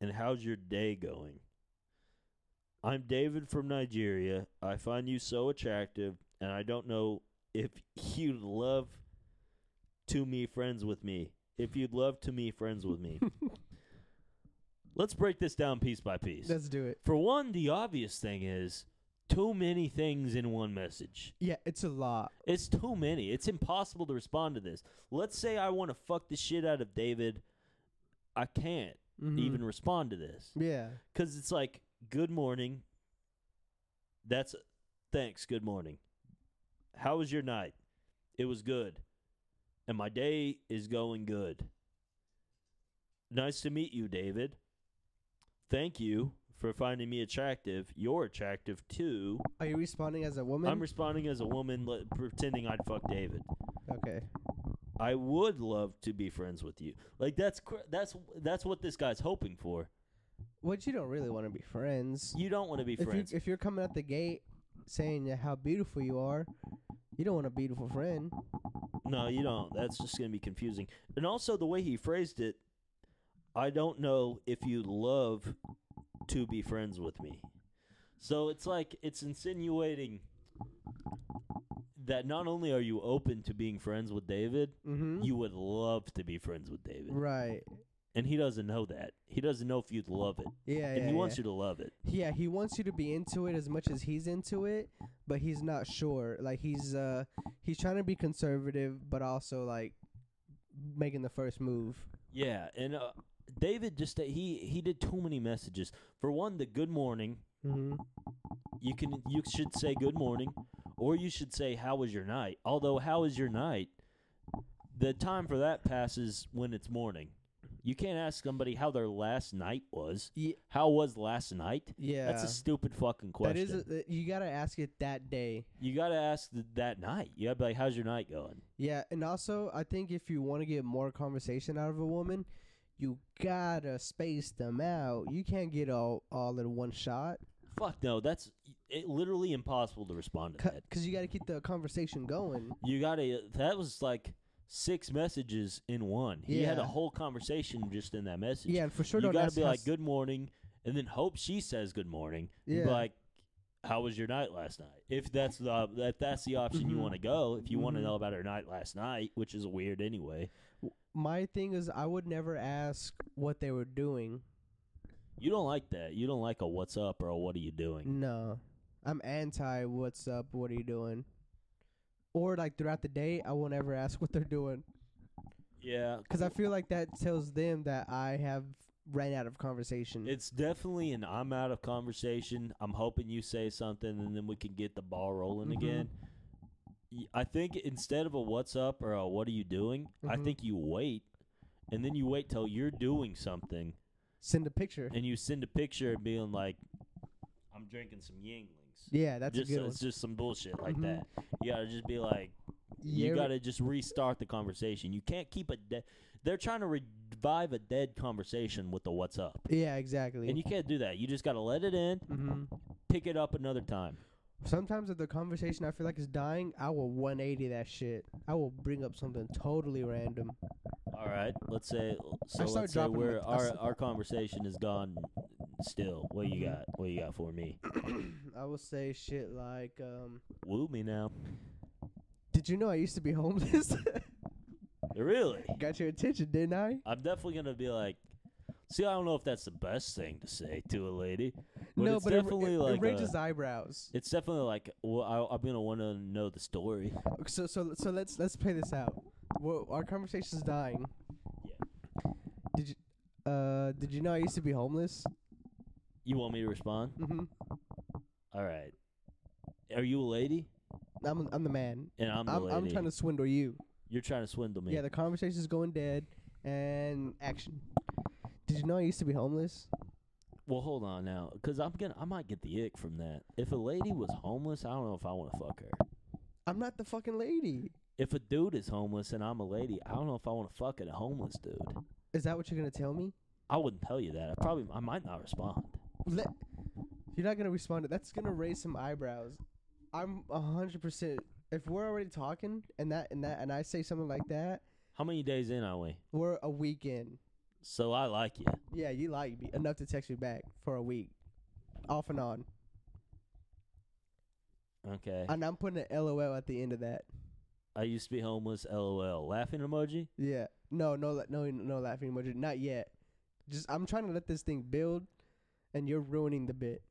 Speaker 1: And how's your day going? I'm David from Nigeria. I find you so attractive, and I don't know if you'd love to me friends with me. If you'd love to me friends with
Speaker 2: (laughs)
Speaker 1: me. Let's break this down piece by piece.
Speaker 2: Let's do it.
Speaker 1: For one, the obvious thing is too many things in one message.
Speaker 2: Yeah, it's a lot.
Speaker 1: It's too many. It's impossible to respond to this. Let's say I want to fuck the shit out of David. I can't
Speaker 2: Mhm.
Speaker 1: even respond to this
Speaker 2: Yeah.
Speaker 1: because it's like good morning. That's thanks. Good morning. How was your night? It was good, and my day is going good. Nice to meet you, David. Thank you for finding me attractive. You're attractive too.
Speaker 2: Are you responding as a woman?
Speaker 1: I'm responding as a woman, le- pretending I'd fuck David.
Speaker 2: okay.
Speaker 1: I would love to be friends with you. Like that's cr- that's that's what this guy's hoping for.
Speaker 2: What you don't really want to be friends.
Speaker 1: You don't want to be
Speaker 2: if
Speaker 1: friends.
Speaker 2: you if you're coming out the gate saying that how beautiful you are, you don't want a beautiful friend.
Speaker 1: No, you don't. That's just going to be confusing. And also, the way he phrased it, I don't know if you love to be friends with me. So it's like it's insinuating that not only are you open to being friends with David,
Speaker 2: Mm-hmm.
Speaker 1: you would love to be friends with David.
Speaker 2: right.
Speaker 1: And he doesn't know that. He doesn't know if you'd love it.
Speaker 2: Yeah.
Speaker 1: And
Speaker 2: yeah,
Speaker 1: he
Speaker 2: yeah.
Speaker 1: wants you to love it.
Speaker 2: Yeah, he wants you to be into it as much as he's into it, but he's not sure. Like he's uh he's trying to be conservative, but also like making the first move.
Speaker 1: Yeah, and uh, David just he he did too many messages. For one, the good morning
Speaker 2: Mm-hmm.
Speaker 1: you can you should say good morning or you should say how was your night although how was your night the time for that passes when it's morning you can't ask somebody how their last night was
Speaker 2: Ye-
Speaker 1: how was last night
Speaker 2: Yeah,
Speaker 1: that's a stupid fucking
Speaker 2: that
Speaker 1: question
Speaker 2: is a, that- you gotta ask it that day.
Speaker 1: you gotta ask th- that night you gotta be like how's your night going
Speaker 2: Yeah, and also I think if you want to get more conversation out of a woman, you gotta space them out. You can't get all all in one shot
Speaker 1: fuck no that's it, literally impossible to respond to that
Speaker 2: because you gotta keep the conversation going.
Speaker 1: you gotta that was like six messages in one he had a
Speaker 2: Yeah.
Speaker 1: whole conversation just in that message
Speaker 2: Yeah, and for sure
Speaker 1: you
Speaker 2: don't
Speaker 1: gotta
Speaker 2: ask
Speaker 1: be
Speaker 2: how
Speaker 1: like
Speaker 2: s-
Speaker 1: good morning, and then hope she says good morning. and be
Speaker 2: Yeah.
Speaker 1: like, how was your night last night? If that's the if that's the option you
Speaker 2: Mhm.
Speaker 1: want to go, if you want to
Speaker 2: Mhm.
Speaker 1: know about her night last night, which is weird anyway,
Speaker 2: My thing is, I would never ask what they were doing.
Speaker 1: you don't like that. You don't like a what's up or a what are you doing?
Speaker 2: No. I'm anti what's up, what are you doing? Or like throughout the day, I won't ever ask what they're doing.
Speaker 1: Yeah,
Speaker 2: 'Cause I feel like that tells them that I have ran out of conversation.
Speaker 1: it's definitely an I'm out of conversation. I'm hoping you say something, and then we can get the ball rolling
Speaker 2: Mhm.
Speaker 1: again. Y- I think instead of a what's up or a what are you doing, I
Speaker 2: Mhm.
Speaker 1: think you wait, and then you wait till you're doing something.
Speaker 2: Send a picture.
Speaker 1: and you send a picture of being like, "I'm drinking some Yinglings."
Speaker 2: Yeah, that's
Speaker 1: just
Speaker 2: a good
Speaker 1: it's
Speaker 2: one.
Speaker 1: just some bullshit like
Speaker 2: Mhm.
Speaker 1: that. You gotta just be like,
Speaker 2: You
Speaker 1: you
Speaker 2: ever-
Speaker 1: gotta just restart the conversation. You can't keep a dead. They're trying to revive a dead conversation with the "What's up,"
Speaker 2: yeah, exactly.
Speaker 1: and you can't do that. You just gotta let it in,
Speaker 2: hmm
Speaker 1: pick it up another time.
Speaker 2: Sometimes if the conversation I feel like is dying, I will 180 that shit. I will bring up something totally random. (coughs)
Speaker 1: All right, let's say so.
Speaker 2: I start
Speaker 1: Let's say
Speaker 2: dropping
Speaker 1: we're
Speaker 2: my- I
Speaker 1: our
Speaker 2: s-
Speaker 1: our conversation is gone. Still, what you
Speaker 2: Mhm.
Speaker 1: got? What you got for me?
Speaker 2: I will say shit like, um,
Speaker 1: Woo me now.
Speaker 2: "Did you know I used to be homeless? (laughs)
Speaker 1: Really?
Speaker 2: Got your attention, didn't I?"
Speaker 1: I'm definitely gonna be like, see, I don't know if that's the best thing to say to a lady, but
Speaker 2: no,
Speaker 1: it's
Speaker 2: but it-
Speaker 1: definitely
Speaker 2: it,
Speaker 1: like,
Speaker 2: it raises
Speaker 1: a-
Speaker 2: eyebrows.
Speaker 1: it's definitely like, well, I, I'm gonna want to know the story.
Speaker 2: So so so let's let's play this out. Well, our conversation's dying.
Speaker 1: Yeah.
Speaker 2: Did you uh did you know I used to be homeless?
Speaker 1: You want me to respond?
Speaker 2: Mm-hmm.
Speaker 1: All right. Are you a lady?
Speaker 2: I'm I'm the man.
Speaker 1: And I'm, the
Speaker 2: I'm
Speaker 1: lady.
Speaker 2: I'm trying to swindle you.
Speaker 1: You're trying to swindle me.
Speaker 2: Yeah, the conversation's going dead and action. Did you know I used to be homeless?
Speaker 1: well, hold on now, because I'm gonna, I might get the ick from that. If a lady was homeless, I don't know if I want to fuck her.
Speaker 2: I'm not the fucking lady.
Speaker 1: If a dude is homeless and I'm a lady, I don't know if I want to fuck a homeless dude.
Speaker 2: Is that what you're gonna tell me?
Speaker 1: I wouldn't tell you that. I probably, I might not respond.
Speaker 2: Let, you're not gonna respond. to That's gonna raise some eyebrows. I'm a hundred percent. If we're already talking and that and that and I say something like that,
Speaker 1: How many days in are we?
Speaker 2: we're a week in.
Speaker 1: So I like you.
Speaker 2: Yeah, you like me enough to text me back for a week, off and on.
Speaker 1: Okay.
Speaker 2: And I'm putting an LOL at the end of that.
Speaker 1: I used to be homeless. LOL. Laughing emoji.
Speaker 2: Yeah. No, no, la- no, no laughing emoji. Not yet. Just I'm trying to let this thing build, and you're ruining the bit.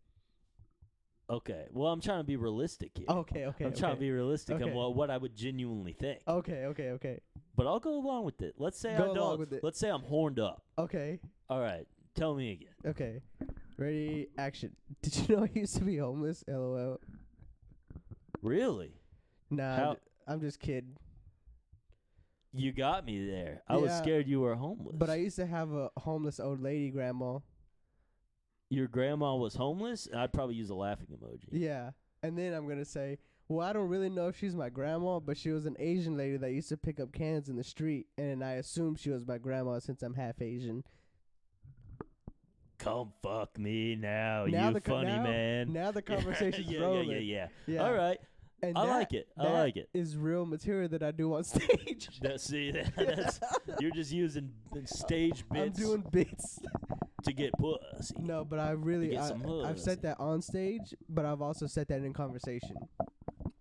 Speaker 1: Okay. Well, I'm trying to be realistic here.
Speaker 2: Okay, Oh, okay.
Speaker 1: I'm
Speaker 2: okay.
Speaker 1: trying to be realistic on
Speaker 2: Okay.
Speaker 1: what, what I would genuinely think.
Speaker 2: Okay, okay, okay,
Speaker 1: But I'll go along with it. Let's say
Speaker 2: Go
Speaker 1: I
Speaker 2: along
Speaker 1: don't.
Speaker 2: with it.
Speaker 1: Let's say I'm horned up.
Speaker 2: okay,
Speaker 1: All right. Tell me again.
Speaker 2: okay. Ready, action. (laughs) Did you know I used to be homeless? LOL.
Speaker 1: Really?
Speaker 2: Nah,
Speaker 1: How-
Speaker 2: I'm, ju- I'm just kidding.
Speaker 1: You got me there. I was
Speaker 2: Yeah.
Speaker 1: scared you were homeless.
Speaker 2: But I used to have a homeless old lady grandma.
Speaker 1: your grandma was homeless. I'd probably use a laughing emoji.
Speaker 2: Yeah. And then I'm gonna say, well, I don't really know if she's my grandma, but she was an Asian lady that used to pick up cans in the street, and I assume she was my grandma since I'm half Asian.
Speaker 1: Come fuck me now,
Speaker 2: Now
Speaker 1: Oh, you
Speaker 2: the co-
Speaker 1: funny
Speaker 2: now-
Speaker 1: man.
Speaker 2: Now the conversation's
Speaker 1: (laughs) yeah,
Speaker 2: rolling.
Speaker 1: yeah, yeah, yeah,
Speaker 2: Yeah.
Speaker 1: All right.
Speaker 2: And
Speaker 1: I
Speaker 2: that
Speaker 1: like it. I
Speaker 2: that-
Speaker 1: like it.
Speaker 2: is real material that I do on (laughs) stage.
Speaker 1: (laughs) That, see, that, that's you're just using stage
Speaker 2: I'm
Speaker 1: bits
Speaker 2: doing bits. (laughs)
Speaker 1: to get pussy.
Speaker 2: No, but I really
Speaker 1: Oh, get
Speaker 2: I,
Speaker 1: some hood.
Speaker 2: I've said that on stage, but I've also said that in conversation.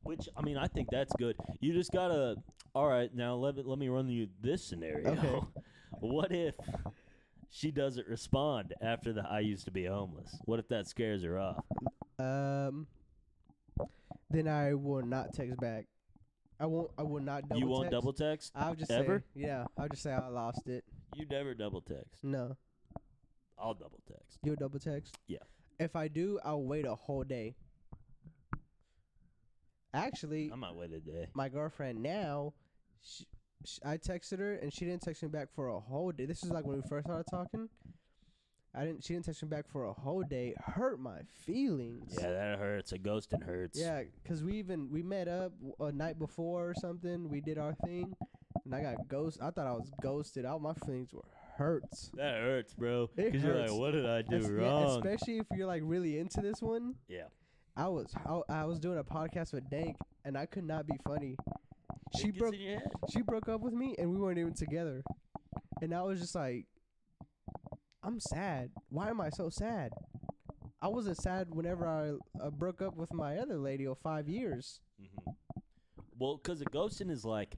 Speaker 1: Which I mean, I think that's good. You just gotta. All right, now let me, let me run you this scenario.
Speaker 2: Okay.
Speaker 1: (laughs) what if she doesn't respond after the "I used to be homeless"? What if that scares her off?
Speaker 2: Um, then I will not text back. I won't. I will not double.
Speaker 1: you won't
Speaker 2: text.
Speaker 1: double text.
Speaker 2: I'll just
Speaker 1: ever?
Speaker 2: say yeah. I'll just say I lost it.
Speaker 1: You never double text.
Speaker 2: No,
Speaker 1: I'll double text.
Speaker 2: you'll double text.
Speaker 1: Yeah.
Speaker 2: If I do, I'll wait a whole day. Actually,
Speaker 1: I might wait a
Speaker 2: (laughs)
Speaker 1: day.
Speaker 2: my girlfriend now, sh sh I texted her and she didn't text me back for a whole day. This is like when we first started talking. I didn't. She didn't text me back for a whole day. Hurt my feelings.
Speaker 1: Yeah, that hurts. A ghosting hurts.
Speaker 2: Yeah, cause we even we met up w- a night before or something. We did our thing, and I got ghost. I thought I was ghosted. All my feelings were hurt.
Speaker 1: That hurts, bro.
Speaker 2: It
Speaker 1: Because you're like,
Speaker 2: hurts.
Speaker 1: what did I do
Speaker 2: Es- yeah,
Speaker 1: wrong? Yeah,
Speaker 2: especially if you're like really into this one. I was I, I was doing a podcast with Dank, and I could not be funny.
Speaker 1: It
Speaker 2: She
Speaker 1: gets
Speaker 2: broke
Speaker 1: in your head.
Speaker 2: she broke up with me, and we weren't even together. And I was just like, I'm sad. Why am I so sad? I wasn't sad whenever I uh, broke up with my other lady of five years.
Speaker 1: Mhm. Well, because a ghosting is like,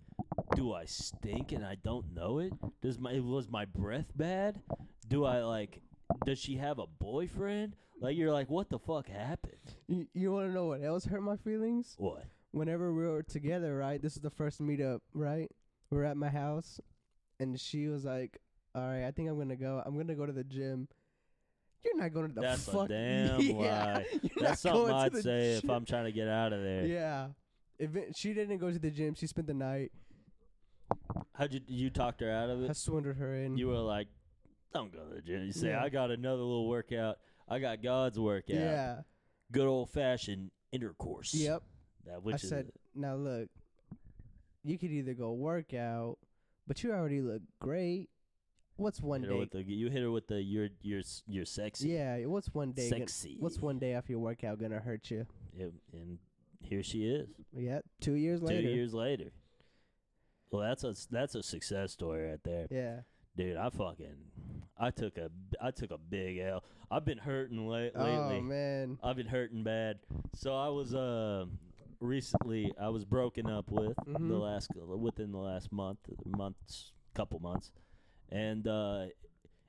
Speaker 1: do I stink and I don't know it? Does my was my breath bad? Do I like? Does she have a boyfriend? Like you're like, what the fuck happened?
Speaker 2: You, you want to know what else hurt my feelings?
Speaker 1: What?
Speaker 2: Whenever we were together, right? This is the first meetup, right? We We're at my house, and she was like, "All right, I think I'm gonna go. I'm gonna go to the gym." You're not going to the
Speaker 1: That's a
Speaker 2: fuck. (laughs)
Speaker 1: damn lie.
Speaker 2: You're
Speaker 1: That's
Speaker 2: (laughs) not
Speaker 1: something
Speaker 2: going to
Speaker 1: I'd
Speaker 2: the
Speaker 1: say if
Speaker 2: gym.
Speaker 1: I'm trying to get out of there.
Speaker 2: Yeah. Event, she didn't go to the gym. She spent the night.
Speaker 1: How'd you you talked her out of
Speaker 2: I
Speaker 1: it?
Speaker 2: swindled her in.
Speaker 1: You were like, don't go to the gym. You say
Speaker 2: Yeah.
Speaker 1: I got another little workout. I got God's workout.
Speaker 2: yeah.
Speaker 1: Good old fashioned intercourse.
Speaker 2: Yep.
Speaker 1: That which
Speaker 2: I
Speaker 1: is
Speaker 2: said, now look, you could either go work out, but you already look great. What's one
Speaker 1: hit her
Speaker 2: day?
Speaker 1: with the, you hit her with the you're you're s- you're sexy.
Speaker 2: Yeah. What's one day? Gonna,
Speaker 1: sexy.
Speaker 2: what's one day after your workout gonna hurt you?
Speaker 1: Yep, and here she is,
Speaker 2: Yeah. Two years later.
Speaker 1: two years later. Well, that's a s- that's a success story right there,
Speaker 2: Yeah.
Speaker 1: dude. I fucking I took a b- I took a big L. I've been hurting la-
Speaker 2: Oh
Speaker 1: lately.
Speaker 2: man.
Speaker 1: I've been hurting bad. So I was uh recently I was broken up with the
Speaker 2: Mhm.
Speaker 1: last within the last month months couple months, and uh,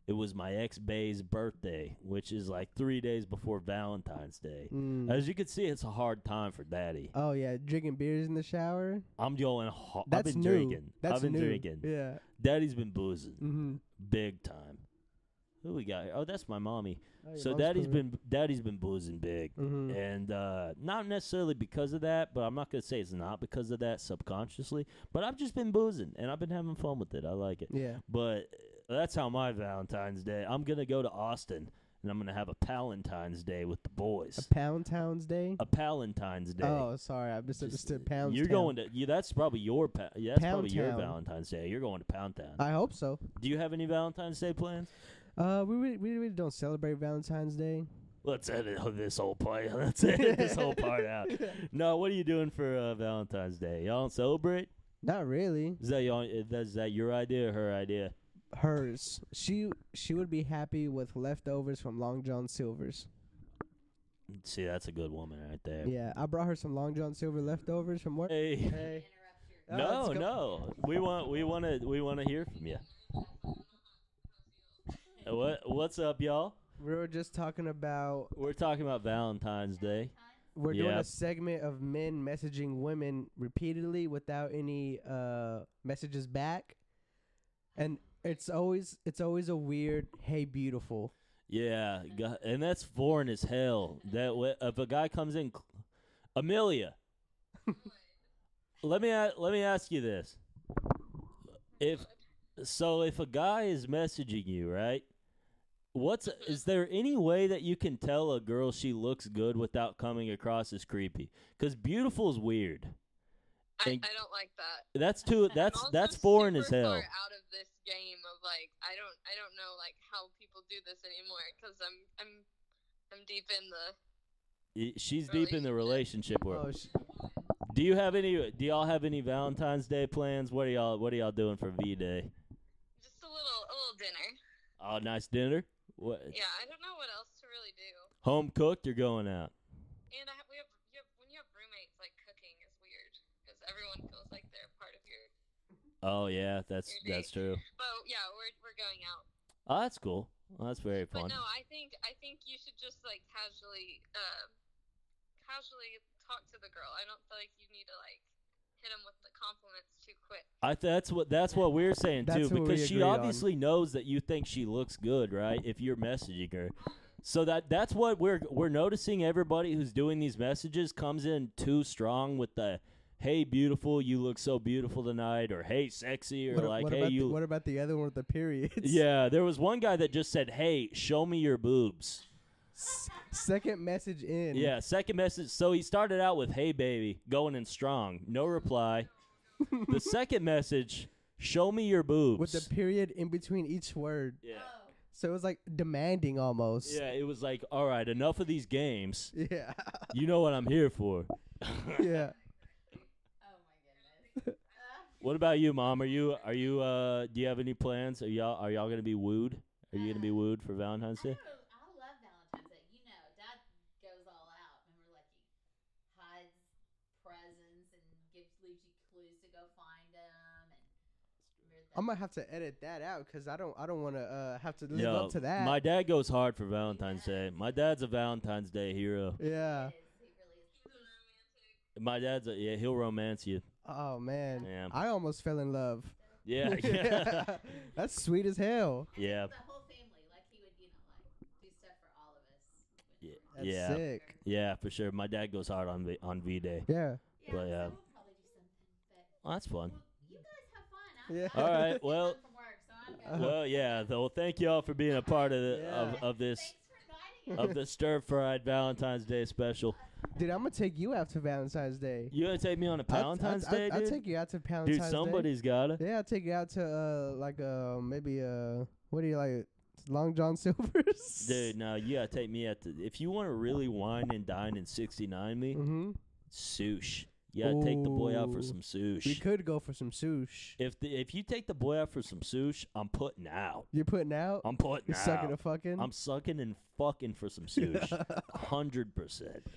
Speaker 1: it was my ex bae's birthday, which is like three days before Valentine's Day.
Speaker 2: Mm.
Speaker 1: As you can see, it's a hard time for Daddy.
Speaker 2: oh yeah. Drinking beers in the shower.
Speaker 1: I'm going. Ho- I've
Speaker 2: That's
Speaker 1: been
Speaker 2: new.
Speaker 1: drinking.
Speaker 2: That's
Speaker 1: I've been
Speaker 2: new.
Speaker 1: drinking.
Speaker 2: Yeah.
Speaker 1: Daddy's been boozing
Speaker 2: Mm-hmm.
Speaker 1: big time. Who we got? here? Oh, that's my mommy.
Speaker 2: Oh,
Speaker 1: so Daddy's been Daddy's been boozing big,
Speaker 2: Mm-hmm.
Speaker 1: and uh, not necessarily because of that, but I'm not gonna say it's not because of that subconsciously. But I've just been boozing, and I've been having fun with it. I like it.
Speaker 2: Yeah.
Speaker 1: But uh, that's how my Valentine's Day. I'm gonna go to Austin, and I'm gonna have a Palentine's Day with the
Speaker 2: A
Speaker 1: boys.
Speaker 2: pound towns day.
Speaker 1: A Palentine's Day.
Speaker 2: Oh, sorry, I misunderstood. Pound.
Speaker 1: uh, You're
Speaker 2: Town.
Speaker 1: going to yeah. That's probably your pa- yeah, that's
Speaker 2: Pound
Speaker 1: probably your
Speaker 2: Town. Uh,
Speaker 1: Valentine's Day. You're going to Pound Town.
Speaker 2: I hope so.
Speaker 1: Do you have any Valentine's Day plans?
Speaker 2: Uh, we really, we really don't celebrate Valentine's Day.
Speaker 1: Let's edit this whole play. (laughs)
Speaker 2: (laughs)
Speaker 1: Let's edit this whole part out. No, what are you doing for uh, Valentine's Day? Y'all don't celebrate?
Speaker 2: Not really.
Speaker 1: Is that y'all? Is that, is that your idea or her idea?
Speaker 2: Hers. She she would be happy with leftovers from Long John Silver's.
Speaker 1: See, that's a good woman right there.
Speaker 2: Yeah, I brought her some Long John Silver leftovers from work.
Speaker 1: Hey.
Speaker 2: Hey. Oh,
Speaker 1: No,
Speaker 2: let's go-
Speaker 1: no. We want we want to we want to hear from you. Uh, What what's up, y'all?
Speaker 2: We were just talking about
Speaker 1: We're talking about Valentine's Day.
Speaker 2: we're doing
Speaker 1: Yeah.
Speaker 2: a segment of men messaging women repeatedly without any uh messages back. And it's always it's always a weird hey beautiful.
Speaker 1: Yeah, go- and that's foreign as hell. That wa- if a guy comes in, cl- Amelia. let me a- let me ask you this: If so, if a guy is messaging you, right? What's is there any way that you can tell a girl she looks good without coming across as creepy? Because beautiful is weird.
Speaker 3: I,
Speaker 1: And-
Speaker 3: I don't like that.
Speaker 1: That's too.
Speaker 3: I'm
Speaker 1: That's
Speaker 3: also
Speaker 1: that's foreign
Speaker 3: super
Speaker 1: as hell.
Speaker 3: Far out of this game of like, I don't, I don't know like how people do this anymore because I'm, I'm, I'm deep in the.
Speaker 1: I- She's deep in the relationship world.
Speaker 2: Oh, sh-
Speaker 1: Do you have any? Do y'all have any Valentine's Day plans? What are y'all What are y'all doing for V Day?
Speaker 3: Just a little, a little dinner.
Speaker 1: Oh, nice dinner. What
Speaker 3: Yeah, I don't know what else to really do.
Speaker 1: home cooked? You're going out.
Speaker 3: And I, we have, you have, when you have roommates, like cooking is weird because everyone feels like they're part of your.
Speaker 1: Oh yeah, that's
Speaker 3: Your
Speaker 1: that's
Speaker 3: date.
Speaker 1: true.
Speaker 3: But yeah, we're we're going out.
Speaker 1: Oh, that's cool. Well, that's very fun.
Speaker 3: But no, I think I think you should just like casually, uh, casually talk to the girl. I don't feel like you need to like hit him with the compliments too quick.
Speaker 1: I th- that's what that's what we're saying
Speaker 2: That's
Speaker 1: too
Speaker 2: what we
Speaker 1: because she
Speaker 2: agreed on.
Speaker 1: obviously knows that you think she looks good, right? If you're messaging her. So that that's what we're we're noticing everybody who's doing these messages comes in too strong with the hey beautiful, you look so beautiful tonight or hey sexy or
Speaker 2: what, a-
Speaker 1: like
Speaker 2: what
Speaker 1: hey
Speaker 2: about
Speaker 1: you
Speaker 2: the, what about the other one with the periods?
Speaker 1: Yeah, there was one guy that just said, "Hey, show me your boobs."
Speaker 2: (laughs) S- second message in.
Speaker 1: Yeah, second message. So he started out with, "Hey, baby," going in strong. No reply. the second message, "Show me your boobs."
Speaker 2: With the period in between each word.
Speaker 1: yeah,
Speaker 2: So it was like demanding almost.
Speaker 1: yeah. It was like, all right, enough of these games.
Speaker 2: (laughs) Yeah.
Speaker 1: You know what I'm here for.
Speaker 4: (laughs)
Speaker 2: yeah.
Speaker 1: Oh What about you, mom? Are you are you uh? Do you have any plans? Are y'all are y'all gonna be wooed? Are you gonna be wooed for Valentine's
Speaker 4: I
Speaker 1: Day?
Speaker 4: love Valentine's Day. You know, Dad goes all out. Remember, like he hides presents and gives Luigi clues to go find them. And remember
Speaker 2: I'm gonna have to edit that out because I don't I don't want to uh, have to live
Speaker 1: Yo,
Speaker 2: up to that.
Speaker 1: my dad goes hard for Valentine's Day. My dad's a Valentine's Day hero.
Speaker 2: yeah.
Speaker 4: He is, he really is.
Speaker 3: He's a romantic.
Speaker 1: My dad's a, yeah, he'll romance you.
Speaker 2: Oh man,
Speaker 1: Yeah.
Speaker 2: I almost fell in love. (laughs)
Speaker 1: Yeah, yeah,
Speaker 2: That's sweet as hell.
Speaker 1: yeah,
Speaker 4: The whole family, like he would, you know, like do stuff for all of us.
Speaker 1: Yeah.
Speaker 4: when we're-
Speaker 2: That's
Speaker 1: Yeah.
Speaker 2: sick.
Speaker 1: (laughs) yeah, for sure. My dad goes hard on v- on V Day.
Speaker 2: Yeah.
Speaker 4: Yeah,
Speaker 1: But,
Speaker 4: so
Speaker 1: uh,
Speaker 4: we'll probably do something. But
Speaker 1: Well, that's fun.
Speaker 4: well, you guys have fun. I'm,
Speaker 2: Yeah.
Speaker 4: I'm
Speaker 1: All right,
Speaker 4: just getting
Speaker 1: well-
Speaker 4: home from work, so I'm
Speaker 2: Uh-huh.
Speaker 4: going.
Speaker 1: Well, yeah. th- Well, thank you all for being a part of the,
Speaker 2: Yeah.
Speaker 1: of, of this
Speaker 4: Thanks for inviting us.
Speaker 1: of the stir fried Valentine's Day special.
Speaker 2: Dude, I'm gonna take you out to Valentine's Day.
Speaker 1: You gonna take me on a
Speaker 2: I'll-
Speaker 1: Valentine's
Speaker 2: I'll,
Speaker 1: Day,
Speaker 2: I'll,
Speaker 1: dude?
Speaker 2: I'll take you out to Valentine's
Speaker 1: dude,
Speaker 2: Day.
Speaker 1: somebody's gotta.
Speaker 2: Yeah, I'll take you out to uh like uh maybe uh what do you like Long John (laughs) Silver's?
Speaker 1: Dude, no, you gotta take me out to. If you want to really wine and dine and '69 me,
Speaker 2: Mm-hmm.
Speaker 1: sush. You gotta take the boy out for some
Speaker 2: Ooh. We
Speaker 1: sush.
Speaker 2: could go for some sush.
Speaker 1: If the, if you take the boy out for some sush, I'm putting out.
Speaker 2: You're putting out.
Speaker 1: I'm putting
Speaker 2: You're
Speaker 1: out.
Speaker 2: sucking a fucking.
Speaker 1: Oh, I'm (laughs) sucking and fucking for some sush.
Speaker 2: (laughs)
Speaker 1: Hundred percent.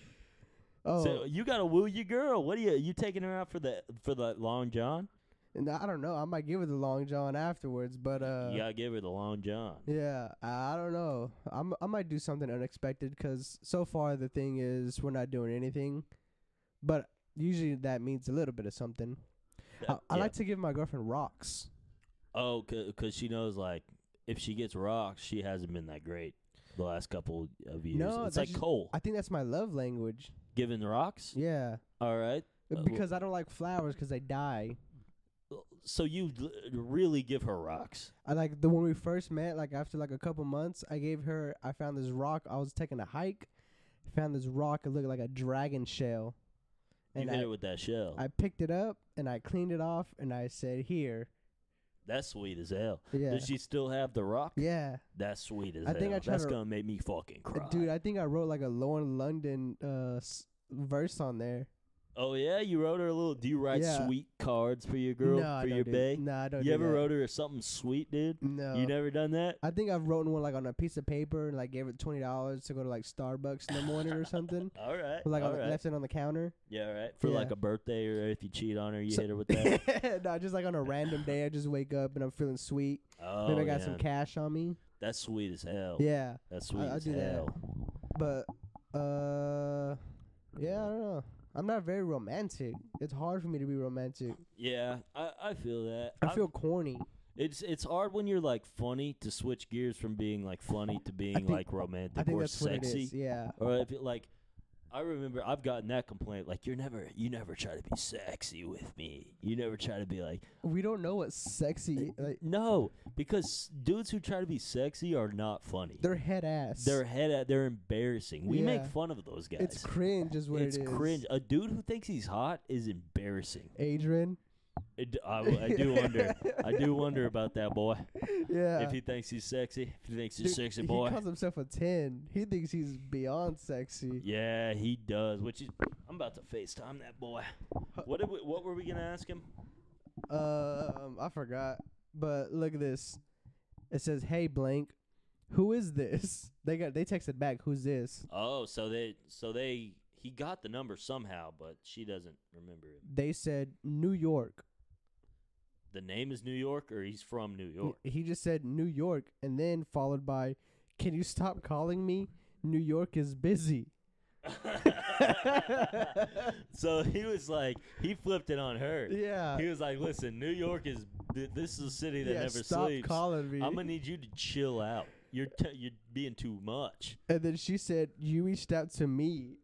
Speaker 2: oh,
Speaker 1: So you gotta woo your girl. What are you? You taking her out for the for the long john?
Speaker 2: and I don't know. I might give her the Long John afterwards, but uh.
Speaker 1: you gotta give her the long john.
Speaker 2: Yeah, I I don't know. I'm I might do something unexpected 'cause so far the thing is we're not doing anything, but usually that means a little bit of something.
Speaker 1: That-
Speaker 2: I, I
Speaker 1: yeah.
Speaker 2: like to give my girlfriend rocks.
Speaker 1: oh, because she knows like if she gets rocks, she hasn't been that great the last couple of years. it's
Speaker 2: No, that's
Speaker 1: like
Speaker 2: just-
Speaker 1: Cole
Speaker 2: I think that's my love language.
Speaker 1: giving the rocks.
Speaker 2: Yeah,
Speaker 1: All right, Uh, wh-
Speaker 2: because I don't like flowers 'cause they die.
Speaker 1: so you l- really give her rocks.
Speaker 2: I like the when we first met, like after like a couple months, I gave her. I found this rock. I was taking a hike, found this rock. It looked like a dragon shell,
Speaker 1: You
Speaker 2: and
Speaker 1: hit
Speaker 2: I,
Speaker 1: her with that shell.
Speaker 2: I picked it up and I cleaned it off and I said, "Here,
Speaker 1: That's sweet as hell.
Speaker 2: yeah,
Speaker 1: Does she still have the rock?
Speaker 2: yeah."
Speaker 1: That's sweet as
Speaker 2: I
Speaker 1: hell.
Speaker 2: think I tried
Speaker 1: That's
Speaker 2: to-
Speaker 1: gonna make me fucking
Speaker 2: Uh,
Speaker 1: cry.
Speaker 2: Dude, I think I wrote like a Lauren London uh, s- verse on there.
Speaker 1: Oh yeah, you wrote her a little. Do you write
Speaker 2: Yeah.
Speaker 1: sweet cards for your girl
Speaker 2: no, I
Speaker 1: for
Speaker 2: don't
Speaker 1: your
Speaker 2: do-
Speaker 1: bae?
Speaker 2: No, I don't.
Speaker 1: you
Speaker 2: do
Speaker 1: ever
Speaker 2: that.
Speaker 1: wrote her something sweet, dude?
Speaker 2: No.
Speaker 1: You never done that?
Speaker 2: I think I've written one like on a piece of paper and like gave it twenty dollars to go to like Starbucks in the morning or something.
Speaker 1: All right.
Speaker 2: Like
Speaker 1: all
Speaker 2: on the,
Speaker 1: right.
Speaker 2: left it on the counter.
Speaker 1: Yeah, all right. For like
Speaker 2: Yeah.
Speaker 1: a birthday or if you cheat on her, you
Speaker 2: So-
Speaker 1: hit her
Speaker 2: (laughs)
Speaker 1: with that.
Speaker 2: no, just like on a random day, I just wake up and I'm feeling sweet.
Speaker 1: oh,
Speaker 2: Maybe I got some
Speaker 1: yeah.
Speaker 2: cash on me.
Speaker 1: That's sweet as hell.
Speaker 2: Yeah,
Speaker 1: That's sweet
Speaker 2: I
Speaker 1: as
Speaker 2: do that.
Speaker 1: hell.
Speaker 2: but uh, yeah, I don't know. I'm not very romantic. It's hard for me to be romantic.
Speaker 1: Yeah, I, I feel that.
Speaker 2: I
Speaker 1: I'm-
Speaker 2: feel corny.
Speaker 1: it's it's hard when you're like funny to switch gears from being like funny to being
Speaker 2: think-
Speaker 1: like romantic
Speaker 2: I think
Speaker 1: or
Speaker 2: that's what it
Speaker 1: sexy.
Speaker 2: is. Yeah.
Speaker 1: Or if it, like, I remember I've gotten that complaint like you're never you never try to be sexy with me. You never try to be like
Speaker 2: We don't know what sexy like.
Speaker 1: no because dudes who try to be sexy are not funny.
Speaker 2: They're head ass.
Speaker 1: They're head out. They're embarrassing. We make
Speaker 2: Yeah.
Speaker 1: fun of those guys.
Speaker 2: it's cringe is what
Speaker 1: It's
Speaker 2: it is.
Speaker 1: cringe. A dude who thinks he's hot is embarrassing.
Speaker 2: Adrian.
Speaker 1: It d- I,
Speaker 2: (laughs)
Speaker 1: I do wonder. I do wonder about that boy.
Speaker 2: Yeah.
Speaker 1: If he thinks he's sexy, if he thinks he's
Speaker 2: Dude,
Speaker 1: sexy
Speaker 2: He
Speaker 1: boy.
Speaker 2: calls himself a ten. He thinks he's beyond sexy.
Speaker 1: Yeah, he does. Which is, I'm about to FaceTime that boy. What did we, What were we gonna ask him?
Speaker 2: Um, I forgot. But look at this. It says, "Hey, blank, who is this?" (laughs) They got they texted back, "Who's this?"
Speaker 1: Oh, so they, so they, he got the number somehow, but she doesn't remember it.
Speaker 2: They said New York.
Speaker 1: The name is New York, or he's from New
Speaker 2: N-
Speaker 1: York. (laughs)
Speaker 2: He just said New York, and then followed by, "Can you stop calling me? New York is busy."
Speaker 1: so he was like, he flipped it on her.
Speaker 2: Yeah.
Speaker 1: He was like, "Listen, New York is th- this is a city that
Speaker 2: yeah,
Speaker 1: never
Speaker 2: stop
Speaker 1: sleeps.
Speaker 2: calling me.
Speaker 1: I'm gonna need you to chill out. You're t- you're being too much.
Speaker 2: and then she said, "You reached out to me."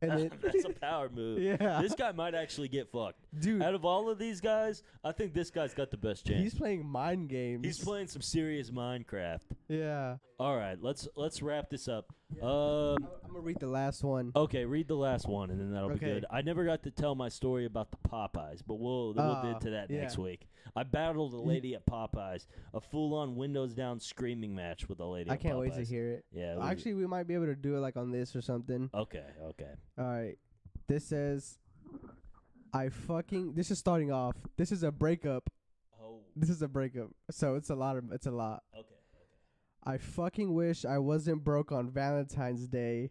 Speaker 2: And then
Speaker 1: (laughs) That's
Speaker 2: (laughs)
Speaker 1: a power move.
Speaker 2: yeah,
Speaker 1: This guy might actually get fucked.
Speaker 2: dude,
Speaker 1: Out of all of these guys, I think this guy's got the best
Speaker 2: he's
Speaker 1: chance.
Speaker 2: playing mind games.
Speaker 1: He's playing some serious Minecraft.
Speaker 2: Yeah,
Speaker 1: All right, let's let's wrap this up. Um,
Speaker 2: I'm gonna read the last one.
Speaker 1: okay, read the last one, and then that'll be
Speaker 2: Okay.
Speaker 1: good. I never got to tell my story about the Popeyes, but we'll we'll
Speaker 2: Ah,
Speaker 1: get to that
Speaker 2: yeah.
Speaker 1: next week. I battled a
Speaker 2: (laughs)
Speaker 1: lady at Popeyes, a full-on windows down screaming match with a lady.
Speaker 2: I
Speaker 1: at
Speaker 2: can't wait to
Speaker 1: Popeyes.
Speaker 2: hear it.
Speaker 1: Yeah, it was-
Speaker 2: Actually, we might be able to do it like on this or something.
Speaker 1: Okay, okay.
Speaker 2: All right. This says, I fucking. This is starting off. This is a breakup.
Speaker 1: Oh,
Speaker 2: This is a breakup. So it's a lot of. It's a lot.
Speaker 1: okay.
Speaker 2: I fucking wish I wasn't broke on Valentine's Day.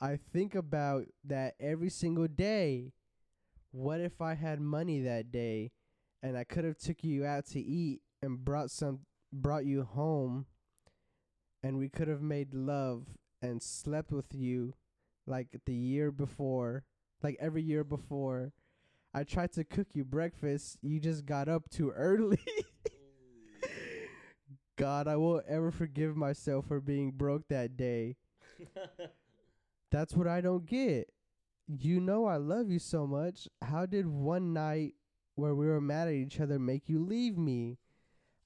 Speaker 2: I think about that every single day. What if I had money that day and I could have took you out to eat and brought some brought you home and we could have made love and slept with you like the year before, like every year before. I tried to cook you breakfast, you just got up too early. (laughs) God, I won't ever forgive myself for being broke that day. That's what I don't get. You know I love you so much. How did one night where we were mad at each other make you leave me?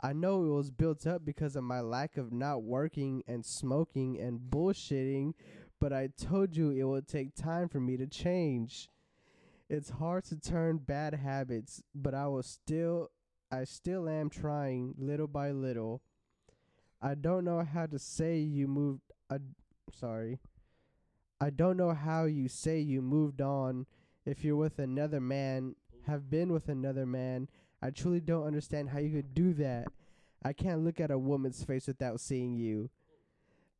Speaker 2: I know it was built up because of my lack of not working and smoking and bullshitting, but I told you it would take time for me to change. It's hard to turn bad habits, but I will still I still am trying little by little. I don't know how to say you moved I sorry. I don't know how you say you moved on if you're with another man, have been with another man. I truly don't understand how you could do that. I can't look at a woman's face without seeing you.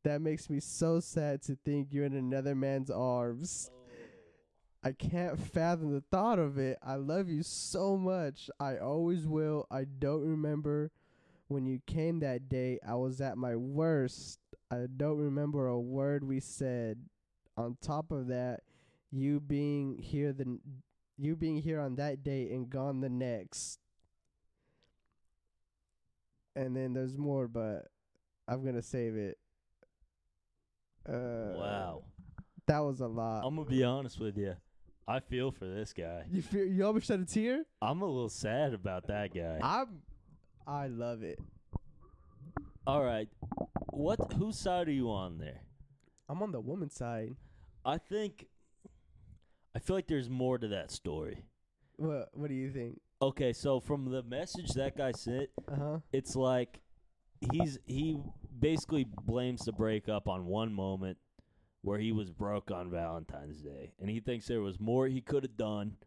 Speaker 2: That makes me so sad to think you're in another man's arms. I can't fathom the thought of it. I love you so much. I always will. I don't remember when you came that day. I was at my worst. I don't remember a word we said. On top of that, you being here the n- you being here on that day and gone the next. And then there's more, but I'm gonna save it.
Speaker 1: (laughs)
Speaker 2: Uh,
Speaker 1: wow. Um,
Speaker 2: that was a lot.
Speaker 1: I'm gonna be honest with you. I feel for this guy.
Speaker 2: you feel you almost shed a tear.
Speaker 1: I'm a little sad about that (laughs) guy.
Speaker 2: I'm, I love it.
Speaker 1: All right. What whose side are you on there?
Speaker 2: I'm on the woman's side.
Speaker 1: I think I feel like there's more to that story.
Speaker 2: What What do you think?
Speaker 1: Okay, so from the message that guy sent,
Speaker 2: Uh huh.
Speaker 1: it's like he's he basically blames the breakup on one moment where he was broke on Valentine's Day, and he thinks there was more he could have done.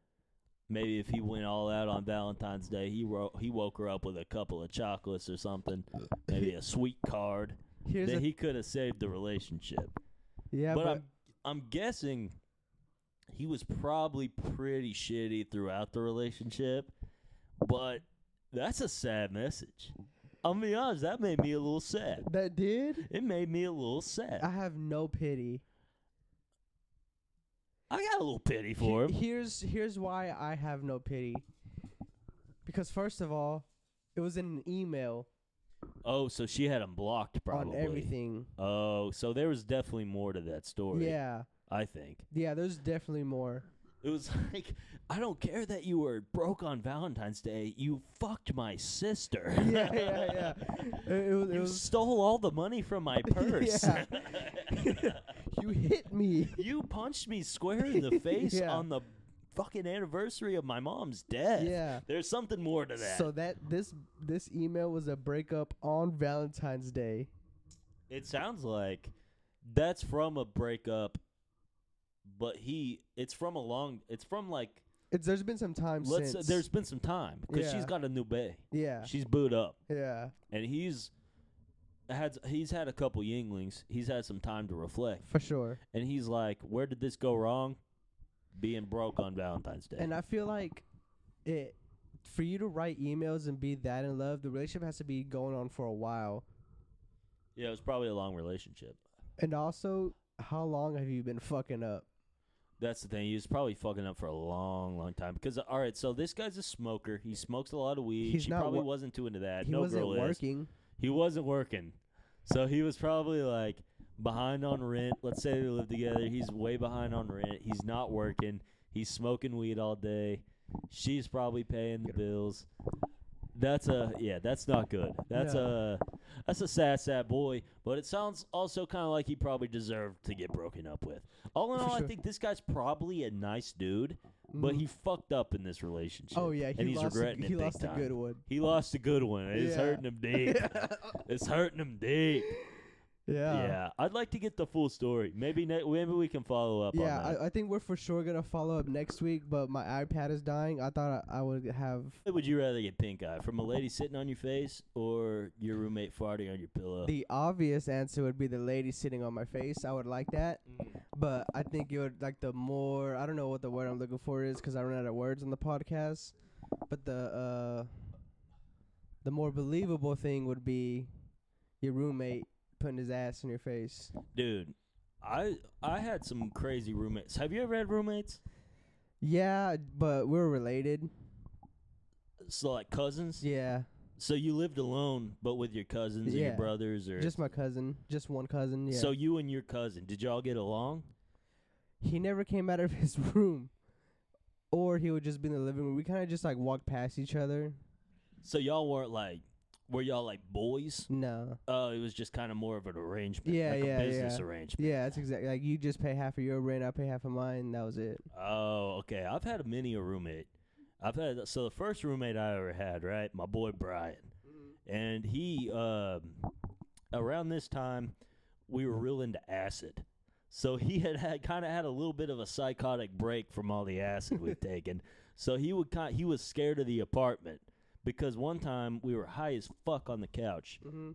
Speaker 1: Maybe if he went all out on Valentine's Day, he wrote, he woke her up with a couple of chocolates or something, maybe a sweet card
Speaker 2: Here's
Speaker 1: that
Speaker 2: a,
Speaker 1: he could have saved the relationship.
Speaker 2: yeah,
Speaker 1: but
Speaker 2: but,
Speaker 1: I'm, I'm guessing he was probably pretty shitty throughout the relationship. But that's a sad message. I'll be honest, that made me a little sad.
Speaker 2: that did.
Speaker 1: It made me a little sad.
Speaker 2: I have no pity.
Speaker 1: I got a little pity for
Speaker 2: He-
Speaker 1: him.
Speaker 2: Here's here's why I have no pity. Because first of all, it was in an email
Speaker 1: Oh, so she had him blocked, probably.
Speaker 2: on everything.
Speaker 1: Oh, so there was definitely more to that story.
Speaker 2: Yeah,
Speaker 1: I think
Speaker 2: yeah. There's
Speaker 1: (laughs)
Speaker 2: definitely more. (laughs)
Speaker 1: it was like, I don't care that you were broke on Valentine's Day. You fucked my sister.
Speaker 2: yeah, yeah, yeah. It, it was, it
Speaker 1: You
Speaker 2: was
Speaker 1: stole all the money from my purse.
Speaker 2: (laughs)
Speaker 1: (laughs)
Speaker 2: Yeah. you hit me. (laughs)
Speaker 1: you punched me square in the face
Speaker 2: Yeah.
Speaker 1: on the fucking anniversary of my mom's death.
Speaker 2: Yeah.
Speaker 1: There's something more to that.
Speaker 2: So that this this email was a breakup on Valentine's Day.
Speaker 1: it sounds like that's from a breakup, but he it's from a long it's from like
Speaker 2: It's there's been some time
Speaker 1: let's
Speaker 2: since.
Speaker 1: there's been some time because
Speaker 2: Yeah.
Speaker 1: she's got a new bay.
Speaker 2: yeah,
Speaker 1: She's booed up
Speaker 2: yeah.
Speaker 1: and he's had he's had a couple yinglings. He's had some time to reflect.
Speaker 2: For sure.
Speaker 1: And he's like, "Where did this go wrong? Being broke on Valentine's Day."
Speaker 2: And I feel like it for you to write emails and be that in love, the relationship has to be going on for a while.
Speaker 1: yeah, it was probably a long relationship.
Speaker 2: And also, how long have you been fucking up?
Speaker 1: That's the thing. He was probably fucking up for a long, long time. Because all right, so this guy's a smoker. He smokes a lot of weed.
Speaker 2: He's
Speaker 1: she
Speaker 2: not
Speaker 1: probably
Speaker 2: wo-
Speaker 1: wasn't too into that.
Speaker 2: he
Speaker 1: no
Speaker 2: wasn't
Speaker 1: girl is.
Speaker 2: working.
Speaker 1: He wasn't working, so he was probably like behind on rent. Let's say they live together. He's way behind on rent. He's not working. He's smoking weed all day. She's probably paying the bills. That's a yeah. That's not good. That's a that's a sad, sad boy. But it sounds also kind of like he probably deserved to get broken up with. All in
Speaker 2: For
Speaker 1: all, I
Speaker 2: sure.
Speaker 1: think this guy's probably a nice dude, but
Speaker 2: Mhm.
Speaker 1: he fucked up in this relationship.
Speaker 2: oh yeah, he
Speaker 1: and he's
Speaker 2: lost. A,
Speaker 1: regretting it
Speaker 2: he
Speaker 1: big
Speaker 2: lost a
Speaker 1: time. (laughs)
Speaker 2: good one.
Speaker 1: He lost a good one. It's
Speaker 2: Yeah.
Speaker 1: hurting him deep. It's hurting him deep. Yeah.
Speaker 2: (laughs) yeah.
Speaker 1: I'd like to get the full story. Maybe ne- maybe we can follow up
Speaker 2: Yeah,
Speaker 1: on that.
Speaker 2: I, I think we're for sure gonna follow up next week, but my iPad is dying. I thought I, I would have.
Speaker 1: What would you rather get pink eye from a lady sitting on your face or your roommate farting on your pillow?
Speaker 2: The obvious answer would be the lady sitting on my face. I would like that, but I think it would like the more. I don't know what the word I'm looking for is because I run out of words on the podcast. But the uh, the more believable thing would be your roommate putting his ass in your face.
Speaker 1: Dude, I I had some crazy roommates. Have you ever had roommates?
Speaker 2: Yeah, but we're related.
Speaker 1: So like cousins?
Speaker 2: Yeah,
Speaker 1: So you lived alone but with your cousins and
Speaker 2: Yeah.
Speaker 1: your brothers or
Speaker 2: just my cousin, just one cousin. Yeah.
Speaker 1: So you and your cousin, did y'all get along?
Speaker 2: he never came out of (laughs) his room, or he would just be in the living room. We kind of just like walked past each other.
Speaker 1: So y'all weren't like were y'all like boys?
Speaker 2: No.
Speaker 1: Oh, it was just kind of more of an arrangement,
Speaker 2: Yeah,
Speaker 1: like
Speaker 2: yeah,
Speaker 1: a business
Speaker 2: yeah.
Speaker 1: arrangement.
Speaker 2: Yeah, that's exactly like you just pay half of your rent, I pay half of mine. That was it.
Speaker 1: Oh, okay. I've had a many a roommate. I've had so the first roommate I ever had, right? My boy Brian, and he um, around this time we were real into acid, so he had, had kind of had a little bit of a psychotic break from all the acid we've taken. So he would kind he was scared of the apartment because one time we were high as fuck on the couch,
Speaker 2: Mm-hmm.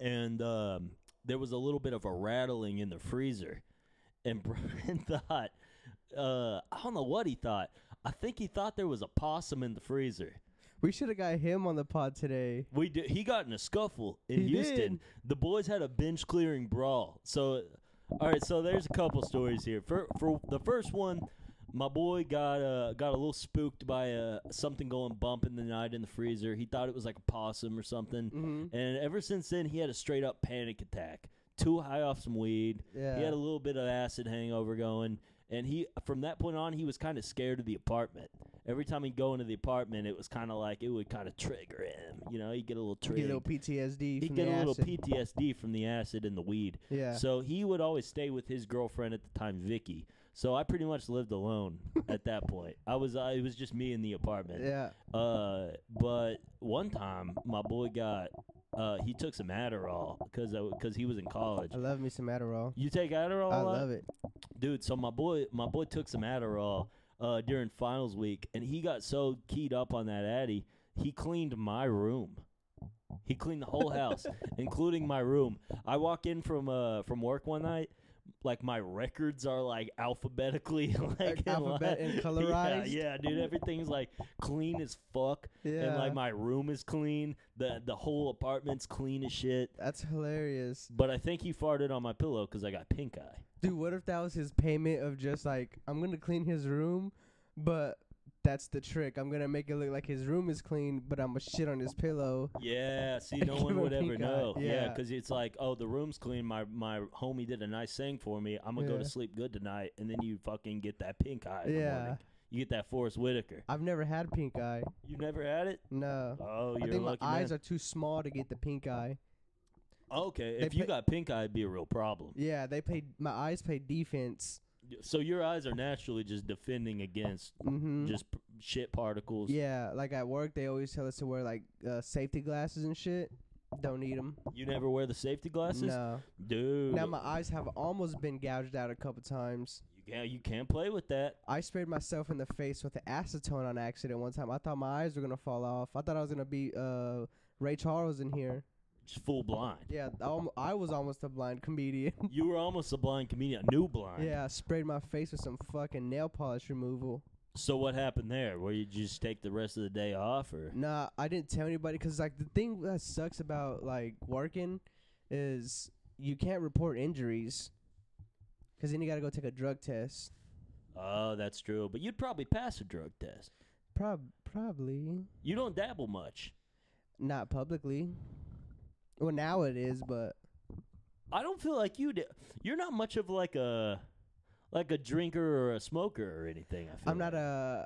Speaker 1: and um, there was a little bit of a rattling in the freezer. And (laughs) Brian thought, uh, I don't know what he thought. I think he thought there was a possum in the freezer.
Speaker 2: We should have got him on the pod today.
Speaker 1: We did, he got in a scuffle in
Speaker 2: He
Speaker 1: Houston.
Speaker 2: did.
Speaker 1: The boys had a bench clearing brawl. So, all right, so there's a couple stories here. For for the first one, my boy got uh, got a little spooked by uh, something going bump in the night in the freezer. He thought it was like a possum or something.
Speaker 2: Mm-hmm.
Speaker 1: And ever since then, he had a straight up panic attack. Too high off some weed.
Speaker 2: Yeah.
Speaker 1: He had a little bit of acid hangover going. And he, from that point on, he was kind of scared of the apartment. Every time he'd go into the apartment, it was kind of like it would kind of trigger him. You know, he'd get a little
Speaker 2: Get a little
Speaker 1: trigger.
Speaker 2: PTSD.
Speaker 1: He'd
Speaker 2: from
Speaker 1: get
Speaker 2: the
Speaker 1: a little
Speaker 2: acid.
Speaker 1: PTSD from the acid and the weed.
Speaker 2: Yeah.
Speaker 1: So he would always stay with his girlfriend at the time, Vicky. So I pretty much lived
Speaker 2: (laughs)
Speaker 1: alone at that point. I was, uh, it was just me in the apartment.
Speaker 2: yeah.
Speaker 1: Uh, but one time my boy got uh, he took some Adderall because because he was in college.
Speaker 2: I love me some Adderall.
Speaker 1: You take Adderall,
Speaker 2: I
Speaker 1: a lot?
Speaker 2: love it.
Speaker 1: dude. So my boy, my boy took some Adderall uh, during finals week, and he got so keyed up on that Addy, he cleaned my room. He cleaned the whole
Speaker 2: (laughs)
Speaker 1: house, including my room. I walk in from uh, from work one night. Like my records are like alphabetically (laughs) like in
Speaker 2: alphabet
Speaker 1: line.
Speaker 2: and colorized?
Speaker 1: (laughs) Yeah, yeah, dude, everything's like clean as fuck,
Speaker 2: Yeah,
Speaker 1: and like my room is clean. the The whole apartment's clean as shit.
Speaker 2: that's hilarious,
Speaker 1: But I think he farted on my pillow because I got pink eye.
Speaker 2: dude. What if that was his payment of just like I'm gonna clean his room, but that's the trick. I'm gonna make it look like his room is clean, but I'm gonna shit on his pillow.
Speaker 1: Yeah, see, (laughs)
Speaker 2: I
Speaker 1: no
Speaker 2: give
Speaker 1: one
Speaker 2: a
Speaker 1: would ever
Speaker 2: pink eye.
Speaker 1: know. Yeah,
Speaker 2: Yeah.
Speaker 1: because it's like, oh, the room's clean. My my homie did a nice thing for me. I'm gonna go to
Speaker 2: Yeah.
Speaker 1: sleep good tonight, and then you fucking get that pink eye. In the
Speaker 2: Yeah,
Speaker 1: morning. you get that Forrest Whitaker.
Speaker 2: I've never had pink eye.
Speaker 1: You never had it?
Speaker 2: No,
Speaker 1: Oh,
Speaker 2: I
Speaker 1: you're a
Speaker 2: think my
Speaker 1: lucky
Speaker 2: eyes
Speaker 1: man.
Speaker 2: are too small to get the pink eye.
Speaker 1: okay,
Speaker 2: they
Speaker 1: if you
Speaker 2: put-
Speaker 1: got pink eye, it'd be a real problem.
Speaker 2: Yeah, they played. My eyes played defense.
Speaker 1: So your eyes are naturally just defending against
Speaker 2: Mm-hmm.
Speaker 1: just p- shit particles.
Speaker 2: Yeah, like at work, they always tell us to wear like uh, safety glasses and shit. Don't need them.
Speaker 1: You never wear the safety glasses,
Speaker 2: No.
Speaker 1: dude.
Speaker 2: Now my eyes have almost been gouged out a couple times.
Speaker 1: you can't you can't play with that.
Speaker 2: I sprayed myself in the face with acetone on accident one time. I thought my eyes were gonna fall off. I thought I was gonna be uh, Ray Charles in here.
Speaker 1: Just full blind.
Speaker 2: Yeah, I, alm- I was almost a blind comedian.
Speaker 1: You were almost a blind comedian, a new blind.
Speaker 2: (laughs) yeah, I sprayed my face with some fucking nail polish removal.
Speaker 1: So what happened there? Where you just take the rest of the day off, or
Speaker 2: Nah, I didn't tell anybody because like the thing that sucks about like working is you can't report injuries because then you gotta go take a drug test.
Speaker 1: oh, that's true. But you'd probably pass a drug test.
Speaker 2: Prob probably
Speaker 1: You don't dabble much.
Speaker 2: not publicly. Well, now it is, but
Speaker 1: I don't feel like you. Da- You're not much of like a like a drinker or a smoker or anything. I feel
Speaker 2: I'm not
Speaker 1: like.
Speaker 2: uh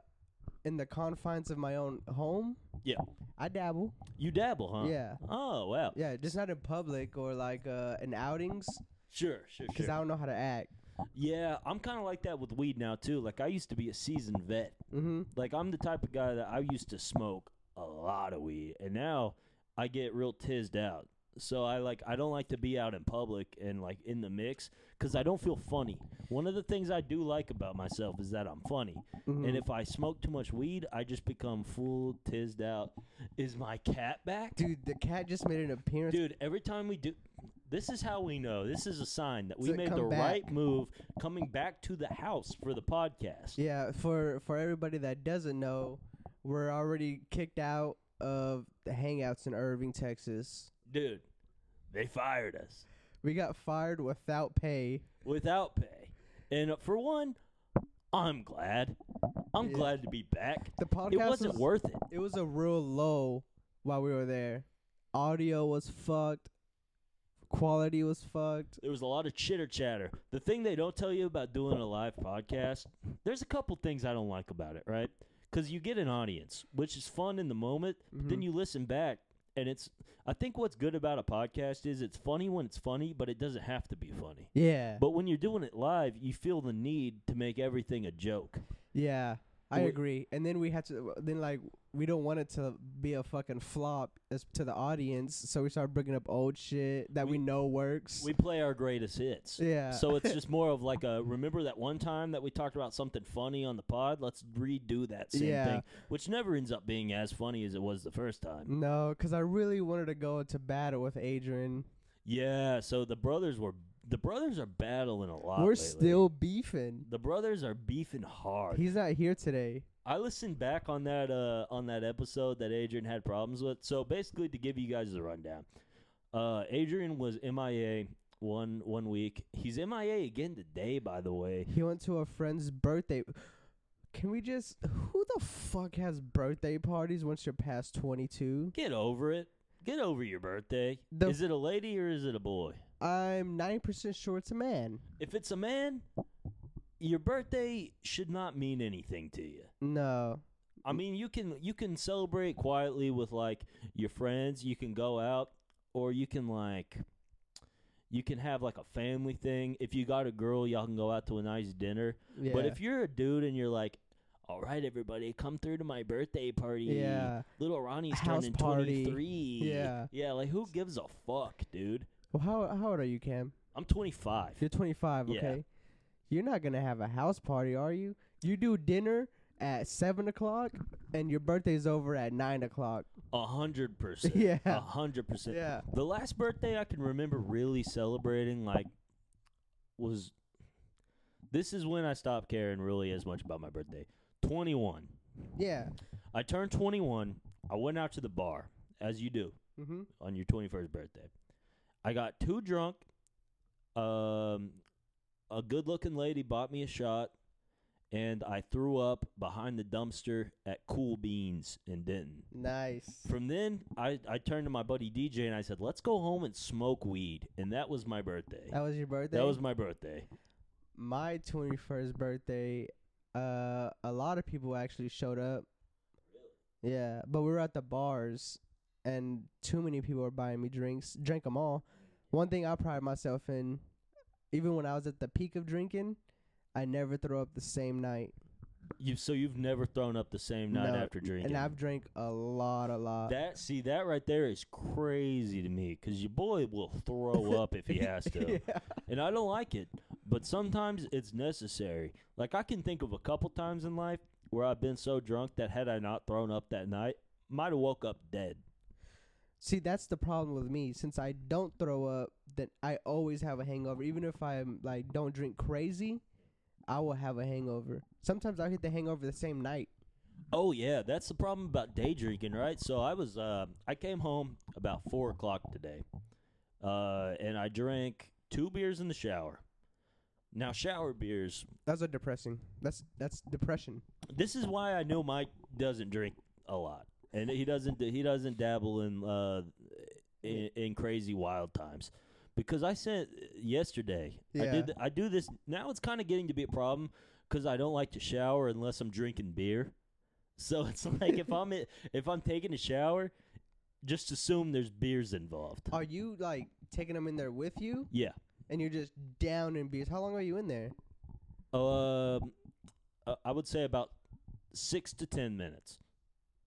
Speaker 2: in the confines of my own home.
Speaker 1: Yeah.
Speaker 2: I dabble.
Speaker 1: You dabble, huh?
Speaker 2: Yeah,
Speaker 1: Oh wow.
Speaker 2: yeah, just not in public or like uh in outings
Speaker 1: Sure, sure,
Speaker 2: because
Speaker 1: sure.
Speaker 2: I don't know how to act.
Speaker 1: yeah, I'm kind of like that with weed now too. Like I used to be a seasoned vet.
Speaker 2: Mm-hmm.
Speaker 1: Like I'm the type of guy that I used to smoke a lot of weed, and now I get real tizzed out. So I like I don't like to be out in public and like in the mix because I don't feel funny. One of the things I do like about myself is that I'm funny,
Speaker 2: Mm-hmm. Mm.
Speaker 1: and if I smoke too much weed, I just become full tizzed out. Is my cat back,
Speaker 2: dude, the cat just made an appearance.
Speaker 1: Dude, Every time we do. This is how we know. This is a sign that we
Speaker 2: Said
Speaker 1: made
Speaker 2: come
Speaker 1: the
Speaker 2: back.
Speaker 1: right move coming back to the house for the podcast.
Speaker 2: Yeah, for for everybody that doesn't know, we're already kicked out of the hangouts in Irving, Texas.
Speaker 1: Dude, they fired us.
Speaker 2: We got fired without pay.
Speaker 1: without pay. And uh, for one, I'm glad. I'm
Speaker 2: Yeah.
Speaker 1: glad to be back.
Speaker 2: The podcast
Speaker 1: It wasn't
Speaker 2: was,
Speaker 1: worth it.
Speaker 2: it was a real low while we were there. Audio was fucked. Quality was fucked.
Speaker 1: There was a lot of chitter chatter. The thing they don't tell you about doing a live podcast, there's a couple things I don't like about it, right? Because you get an audience, which is fun in the moment. But then
Speaker 2: Mhm.
Speaker 1: you listen back, and it's. I think what's good about a podcast is it's funny when it's funny, but it doesn't have to be funny.
Speaker 2: Yeah.
Speaker 1: But when you're doing it live, you feel the need to make everything a joke.
Speaker 2: Yeah. I
Speaker 1: Wh-
Speaker 2: agree. And then we had to then like we don't want it to be a fucking flop as to the audience, so we start bringing up old shit that we,
Speaker 1: We-
Speaker 2: know works.
Speaker 1: We play our greatest hits.
Speaker 2: yeah.
Speaker 1: So
Speaker 2: (laughs)
Speaker 1: it's just more of like a remember that one time that we talked about something funny on the pod? Let's redo that same
Speaker 2: Yeah.
Speaker 1: thing, which never ends up being as funny as it was the first time.
Speaker 2: No, because I really wanted to go into battle with Adrian.
Speaker 1: Yeah, so the brothers were the brothers are battling a lot.
Speaker 2: We're
Speaker 1: lately.
Speaker 2: still beefing.
Speaker 1: the brothers are beefing hard.
Speaker 2: He's not here today.
Speaker 1: I listened back on that uh, on that episode that Adrian had problems with. So basically, to give you guys the rundown, uh, Adrian was MIA one one week. He's MIA again today, by the way.
Speaker 2: He went to a friend's birthday. Can we just? Who the fuck has birthday parties once you're past twenty two?
Speaker 1: Get over it. Get over your birthday.
Speaker 2: The-
Speaker 1: is it a lady or is it a boy?
Speaker 2: I'm ninety percent sure it's a man.
Speaker 1: If it's a man, your birthday should not mean anything to you.
Speaker 2: No.
Speaker 1: I mean, you can you can celebrate quietly with like your friends, you can go out or you can like you can have like a family thing. If you got a girl, y'all can go out to a nice dinner.
Speaker 2: Yeah.
Speaker 1: But if you're a dude and you're like all right, everybody, come through to my birthday party.
Speaker 2: Yeah.
Speaker 1: Little Ronnie's
Speaker 2: House
Speaker 1: turning
Speaker 2: party.
Speaker 1: 23.
Speaker 2: Yeah.
Speaker 1: Yeah, like who gives a fuck, dude?
Speaker 2: Well, how how old are you, Cam?
Speaker 1: I'm 25.
Speaker 2: You're 25.
Speaker 1: Yeah.
Speaker 2: Okay. You're not gonna have a house party, are you? You do dinner at seven o'clock, and your birthday's over at
Speaker 1: (laughs)
Speaker 2: nine o'clock.
Speaker 1: A hundred percent.
Speaker 2: (laughs) Yeah.
Speaker 1: A hundred percent.
Speaker 2: Yeah.
Speaker 1: The last birthday I can remember really celebrating, like, was. This is when I stopped caring really as much about my birthday. 21.
Speaker 2: Yeah.
Speaker 1: I turned 21. I went out to the bar, as you do
Speaker 2: Mm-hmm.
Speaker 1: on your 21st birthday. I got too drunk. Um, a good looking lady bought me a shot, and I threw up behind the dumpster at Cool Beans in Denton.
Speaker 2: Nice.
Speaker 1: From then, I, I turned to my buddy DJ and I said, Let's go home and smoke weed. And that was my birthday.
Speaker 2: That was your birthday.
Speaker 1: That was my birthday.
Speaker 2: my 21st birthday. Uh, a lot of people actually showed up. Yeah, but we were at the bars, and too many people were buying me drinks. Drank 'em all. One thing I pride myself in, even when I was at the peak of drinking, I never throw up the same night.
Speaker 1: You So you've never thrown up the same night
Speaker 2: No,
Speaker 1: after drinking.
Speaker 2: And I've drank a lot, a lot.
Speaker 1: that see that right there is crazy to me because your boy will throw up if he
Speaker 2: (laughs)
Speaker 1: has to.
Speaker 2: yeah.
Speaker 1: and I don't like it, but sometimes it's necessary. Like I can think of a couple times in life where I've been so drunk that had I not thrown up that night, might have woke up dead.
Speaker 2: See, that's the problem with me. Since I don't throw up, then I always have a hangover. Even if I like don't drink crazy, I will have a hangover. Sometimes I hit the hangover the same night.
Speaker 1: Oh yeah, that's the problem about day drinking, right? So I was, uh, I came home about four o'clock today, uh, and I drank two beers in the shower. Now shower beers.
Speaker 2: That's a depressing. That's that's depression.
Speaker 1: This is why I know Mike doesn't drink a lot, and he doesn't he doesn't dabble in uh, in, in crazy wild times. Because I said yesterday, I
Speaker 2: Yeah.
Speaker 1: did I do this now. It's kind of getting to be a problem because I don't like to shower unless I'm drinking beer. So (laughs) it's like if I'm i- if I'm taking a shower, just assume there's beers involved.
Speaker 2: Are you like taking them in there with you,
Speaker 1: yeah.
Speaker 2: and you're just down in beers? How long are you in there?
Speaker 1: Um, I- I would say about six to ten minutes.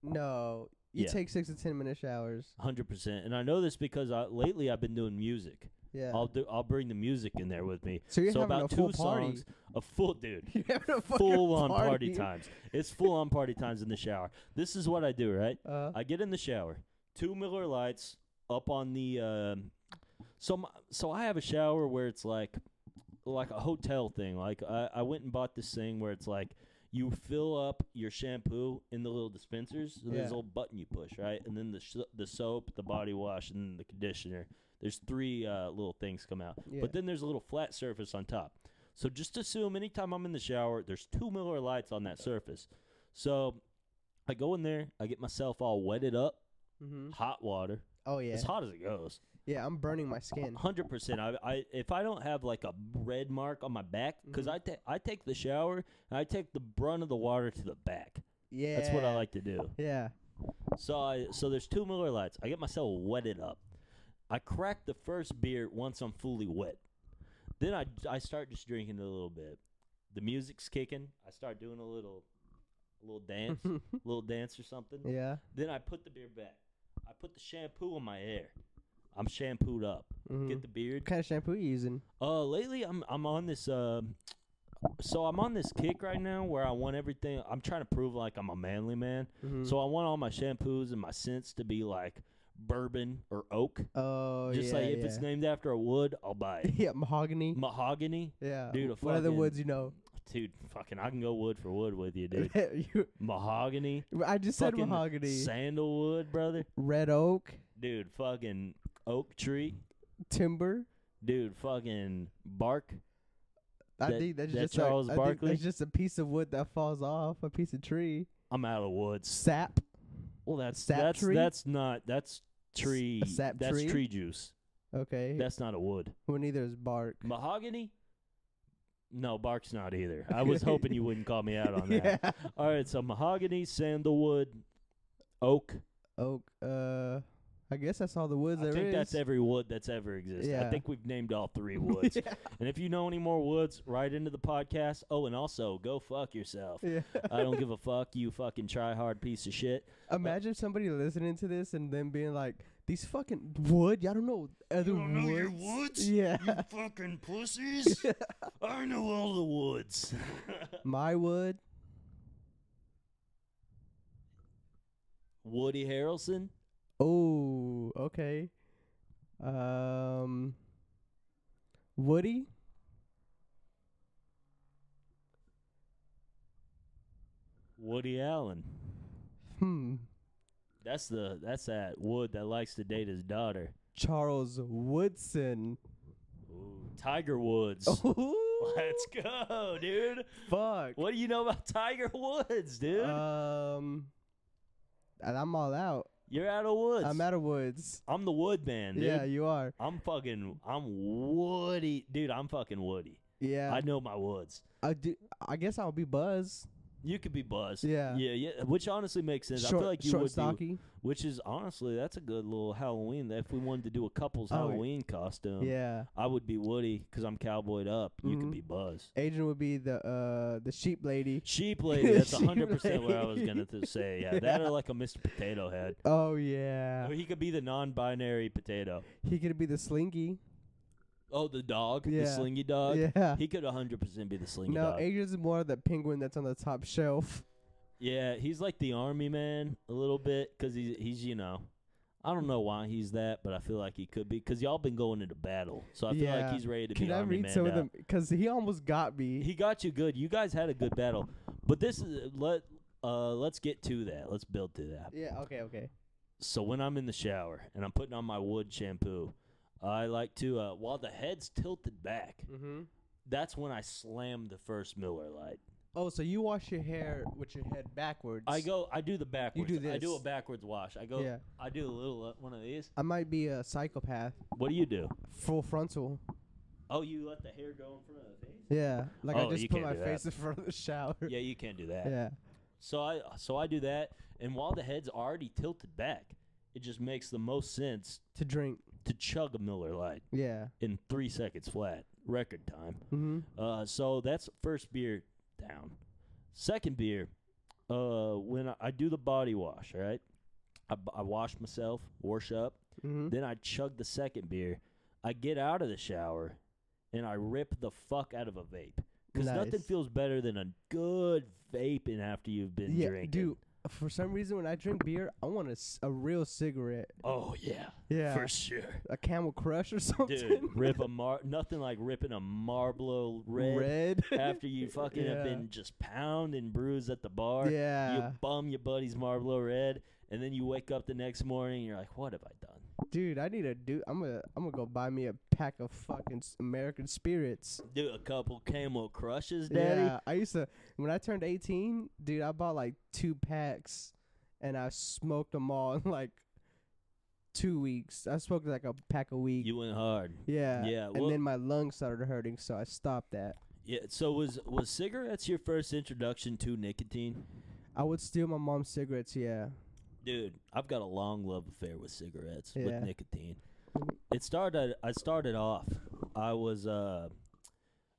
Speaker 2: No, you
Speaker 1: Yeah.
Speaker 2: take six to ten minute showers.
Speaker 1: Hundred percent, and I know this because I, lately I've been doing music.
Speaker 2: Yeah.
Speaker 1: I'll do. I'll bring the music in there with me.
Speaker 2: so you're
Speaker 1: so
Speaker 2: having
Speaker 1: about
Speaker 2: a full
Speaker 1: two
Speaker 2: party.
Speaker 1: songs, a full dude,
Speaker 2: (laughs) You're having a (laughs) fucking
Speaker 1: full on
Speaker 2: party,
Speaker 1: party times. It's full on party times in the shower. This is what I do, right?
Speaker 2: Uh,
Speaker 1: I get in the shower, two Miller Lights up on the. Um, so my, so I have a shower where it's like, like a hotel thing. Like I, I went and bought this thing where it's like you fill up your shampoo in the little dispensers. So
Speaker 2: Yeah.
Speaker 1: There's a little button you push right, and then the sh- the soap, the body wash, and then the conditioner. There's three uh, little things come out,
Speaker 2: Yeah.
Speaker 1: but then there's a little flat surface on top. So just assume anytime I'm in the shower, there's two Miller Lights on that surface. So I go in there, I get myself all wetted up,
Speaker 2: mhm.
Speaker 1: hot water,
Speaker 2: Oh yeah,
Speaker 1: as hot as it goes.
Speaker 2: yeah. I'm burning my skin.
Speaker 1: Hundred percent. I, I, if I don't have like a red mark on my back, because
Speaker 2: Mhm.
Speaker 1: I take, I take the shower and I take the brunt of the water to the back.
Speaker 2: Yeah,
Speaker 1: That's what I like to do.
Speaker 2: Yeah.
Speaker 1: So I, so there's two Miller Lights. I get myself wetted up. I crack the first beer once I'm fully wet. Then I, I start just drinking a little bit. The music's kicking. I start doing a little, a little
Speaker 2: (laughs)
Speaker 1: dance, (laughs) a little dance or something.
Speaker 2: yeah.
Speaker 1: Then I put the beer back. I put the shampoo on my hair. I'm shampooed up.
Speaker 2: mhm.
Speaker 1: Get the beard.
Speaker 2: What kind of shampoo you using?
Speaker 1: Uh, lately I'm I'm on this um, so I'm on this kick right now where I want everything. I'm trying to prove like I'm a manly man.
Speaker 2: Mhm.
Speaker 1: So I want all my shampoos and my scents to be like bourbon or oak.
Speaker 2: oh,
Speaker 1: Just
Speaker 2: yeah,
Speaker 1: like
Speaker 2: yeah. (laughs)
Speaker 1: if it's named after a wood, I'll buy it. (laughs)
Speaker 2: yeah, mahogany.
Speaker 1: Mahogany,
Speaker 2: yeah,
Speaker 1: dude, a
Speaker 2: What other
Speaker 1: fucking-
Speaker 2: woods you know?
Speaker 1: dude, fucking, I can go wood for wood with you, dude.
Speaker 2: (laughs) You-
Speaker 1: Mahogany,
Speaker 2: I just said
Speaker 1: fucking
Speaker 2: mahogany,
Speaker 1: sandalwood, brother,
Speaker 2: red oak,
Speaker 1: dude, fucking oak tree.
Speaker 2: timber.
Speaker 1: Dude, fucking bark.
Speaker 2: I
Speaker 1: That-
Speaker 2: think that's
Speaker 1: that
Speaker 2: just like-
Speaker 1: Charles
Speaker 2: I think
Speaker 1: Barkley?
Speaker 2: That's just a piece of wood that falls off a piece of tree.
Speaker 1: I'm out of woods.
Speaker 2: Sap.
Speaker 1: Well, that's
Speaker 2: sap
Speaker 1: that's
Speaker 2: tree?
Speaker 1: that's not that's tree.
Speaker 2: sap
Speaker 1: that's
Speaker 2: tree?
Speaker 1: juice.
Speaker 2: Okay.
Speaker 1: That's not a
Speaker 2: (laughs)
Speaker 1: wood.
Speaker 2: well, neither is bark.
Speaker 1: Mahogany. No, bark's not either.
Speaker 2: (laughs)
Speaker 1: I was hoping you wouldn't call me out on that.
Speaker 2: yeah.
Speaker 1: All right, so mahogany, sandalwood, oak,
Speaker 2: Oak. Uh, I guess that's all the woods
Speaker 1: I
Speaker 2: there
Speaker 1: think that's
Speaker 2: (laughs) is.
Speaker 1: every wood that's ever existed. I
Speaker 2: Yeah.
Speaker 1: think we've named all
Speaker 2: (laughs)
Speaker 1: three woods.
Speaker 2: yeah.
Speaker 1: And if you know any more woods, write into the podcast. Oh, and also go fuck yourself.
Speaker 2: yeah.
Speaker 1: I don't give a fuck, you fucking try hard piece of shit.
Speaker 2: Imagine somebody listening to this and then being like, "These fucking wood, y'all don't know other
Speaker 1: don't know your woods?
Speaker 2: (laughs) Yeah,
Speaker 1: fucking
Speaker 2: (laughs)
Speaker 1: pussies. I know all the woods.
Speaker 2: my wood.
Speaker 1: (laughs) Woody Harrelson?
Speaker 2: Oh, okay. Um, Woody.
Speaker 1: Woody Allen.
Speaker 2: Hmm.
Speaker 1: That's the that's that wood that likes to date his daughter.
Speaker 2: Charles
Speaker 1: (laughs)
Speaker 2: Woodson.
Speaker 1: Tiger
Speaker 2: (laughs)
Speaker 1: Woods.
Speaker 2: Oh,
Speaker 1: Let's go, dude.
Speaker 2: (laughs) fuck.
Speaker 1: What do you know about Tiger Woods, dude?
Speaker 2: Um, and I'm all out.
Speaker 1: You're out of woods.
Speaker 2: I'm out of woods.
Speaker 1: I'm the wood man, dude.
Speaker 2: Yeah, you are.
Speaker 1: I'm fucking I'm Woody. Dude, I'm fucking Woody.
Speaker 2: Yeah.
Speaker 1: I know my woods.
Speaker 2: I do. I guess I'll be Buzz.
Speaker 1: You could be Buzz.
Speaker 2: Yeah.
Speaker 1: Yeah, yeah. Which honestly makes sense. I
Speaker 2: Short-
Speaker 1: feel like you
Speaker 2: short
Speaker 1: would be
Speaker 2: stocky.
Speaker 1: Which is honestly, that's a good little Halloween. If we wanted to do a couple's
Speaker 2: Oh, yeah.
Speaker 1: Halloween costume,
Speaker 2: yeah.
Speaker 1: I would be Woody because I'm cowboyed up. You could
Speaker 2: Mhm.
Speaker 1: be Buzz.
Speaker 2: Adrian would be the uh the sheep lady.
Speaker 1: Sheep
Speaker 2: (laughs)
Speaker 1: lady, that's
Speaker 2: Sheep
Speaker 1: 100% what I was
Speaker 2: lady.
Speaker 1: going to say.
Speaker 2: (laughs)
Speaker 1: Yeah, that or like a Mr. Potato Head.
Speaker 2: Oh yeah.
Speaker 1: Or he could be the non binary potato.
Speaker 2: He could be the slinky.
Speaker 1: Oh, the dog,
Speaker 2: Yeah.
Speaker 1: the slingy dog.
Speaker 2: yeah.
Speaker 1: He could 100% be the slingy
Speaker 2: No,
Speaker 1: dog.
Speaker 2: Adrian's more the penguin that's on the top shelf.
Speaker 1: yeah, he's like the army man a little bit because he's, he's, you know, I don't know why he's that, but I feel like he could be because y'all been going into battle. So I feel like
Speaker 2: Yeah.
Speaker 1: he's ready to
Speaker 2: Can
Speaker 1: be
Speaker 2: I
Speaker 1: army
Speaker 2: read
Speaker 1: man
Speaker 2: some
Speaker 1: out.
Speaker 2: of them? Because he almost got me.
Speaker 1: he got you good. You guys had a good battle, but this is let uh let's get to that. Let's build to that.
Speaker 2: yeah. Okay. Okay.
Speaker 1: So when I'm in the shower and I'm putting on my wood shampoo, I like to uh, while the head's tilted back.
Speaker 2: Mm-hmm.
Speaker 1: That's when I slam the first Miller Lite.
Speaker 2: Oh, so you wash your hair with your head backwards?
Speaker 1: I go. I do the backwards. I do a
Speaker 2: this.
Speaker 1: backwards wash. I go.
Speaker 2: Yeah.
Speaker 1: I do a little uh, one of these.
Speaker 2: I might be a psychopath.
Speaker 1: What do you do?
Speaker 2: Full frontal.
Speaker 1: Oh, you let the hair go in front of the face.
Speaker 2: Yeah. Like
Speaker 1: Oh,
Speaker 2: I just
Speaker 1: you
Speaker 2: put
Speaker 1: can't
Speaker 2: my
Speaker 1: do that.
Speaker 2: face in front of the shower.
Speaker 1: Yeah, you can't do that.
Speaker 2: Yeah.
Speaker 1: So I so I do that, and while the head's already tilted back, it just makes the most sense
Speaker 2: To drink.
Speaker 1: to chug a Miller Lite
Speaker 2: Yeah.
Speaker 1: in three seconds flat, record time.
Speaker 2: Mm-hmm.
Speaker 1: Uh, so that's first beer down. Second beer, uh, when I, I do the body wash, all right, I, b- I wash myself, wash up,
Speaker 2: Mm-hmm.
Speaker 1: then I chug the second beer. I get out of the shower, and I rip the fuck out of a vape. Because nothing
Speaker 2: Nice.
Speaker 1: feels better than a good vaping after you've been drinking.
Speaker 2: dude. For some reason, when I drink beer, I want a, c- a real cigarette.
Speaker 1: Oh, yeah.
Speaker 2: Yeah,
Speaker 1: For
Speaker 2: (laughs)
Speaker 1: sure.
Speaker 2: a Camel Crush or something.
Speaker 1: Dude, rip a mar- nothing like ripping a Marlboro red
Speaker 2: (laughs)
Speaker 1: after you fucking have
Speaker 2: Yeah.
Speaker 1: been just pound and bruised at the bar. You
Speaker 2: yeah,
Speaker 1: bum your buddy's Marlboro Red, and then you wake up the next morning and you're like, what have I done?
Speaker 2: dude, I need a dude. I'm gonna I'm gonna go buy me a pack of fucking s- American spirits.
Speaker 1: Do a couple Camel Crushes, daddy?
Speaker 2: Yeah, I used to when I turned 18, dude. I bought like two packs, and I smoked them all in (laughs) like two weeks. I smoked like a pack a week.
Speaker 1: You went hard.
Speaker 2: yeah,
Speaker 1: yeah,
Speaker 2: And
Speaker 1: well-
Speaker 2: then my lungs started hurting, so I stopped that.
Speaker 1: Yeah. So was was cigarettes your first introduction to nicotine?
Speaker 2: I would steal my mom's cigarettes. Yeah. (laughs)
Speaker 1: Dude, I've got a long love affair with cigarettes,
Speaker 2: Yeah.
Speaker 1: with nicotine. It started. I started off. I was uh,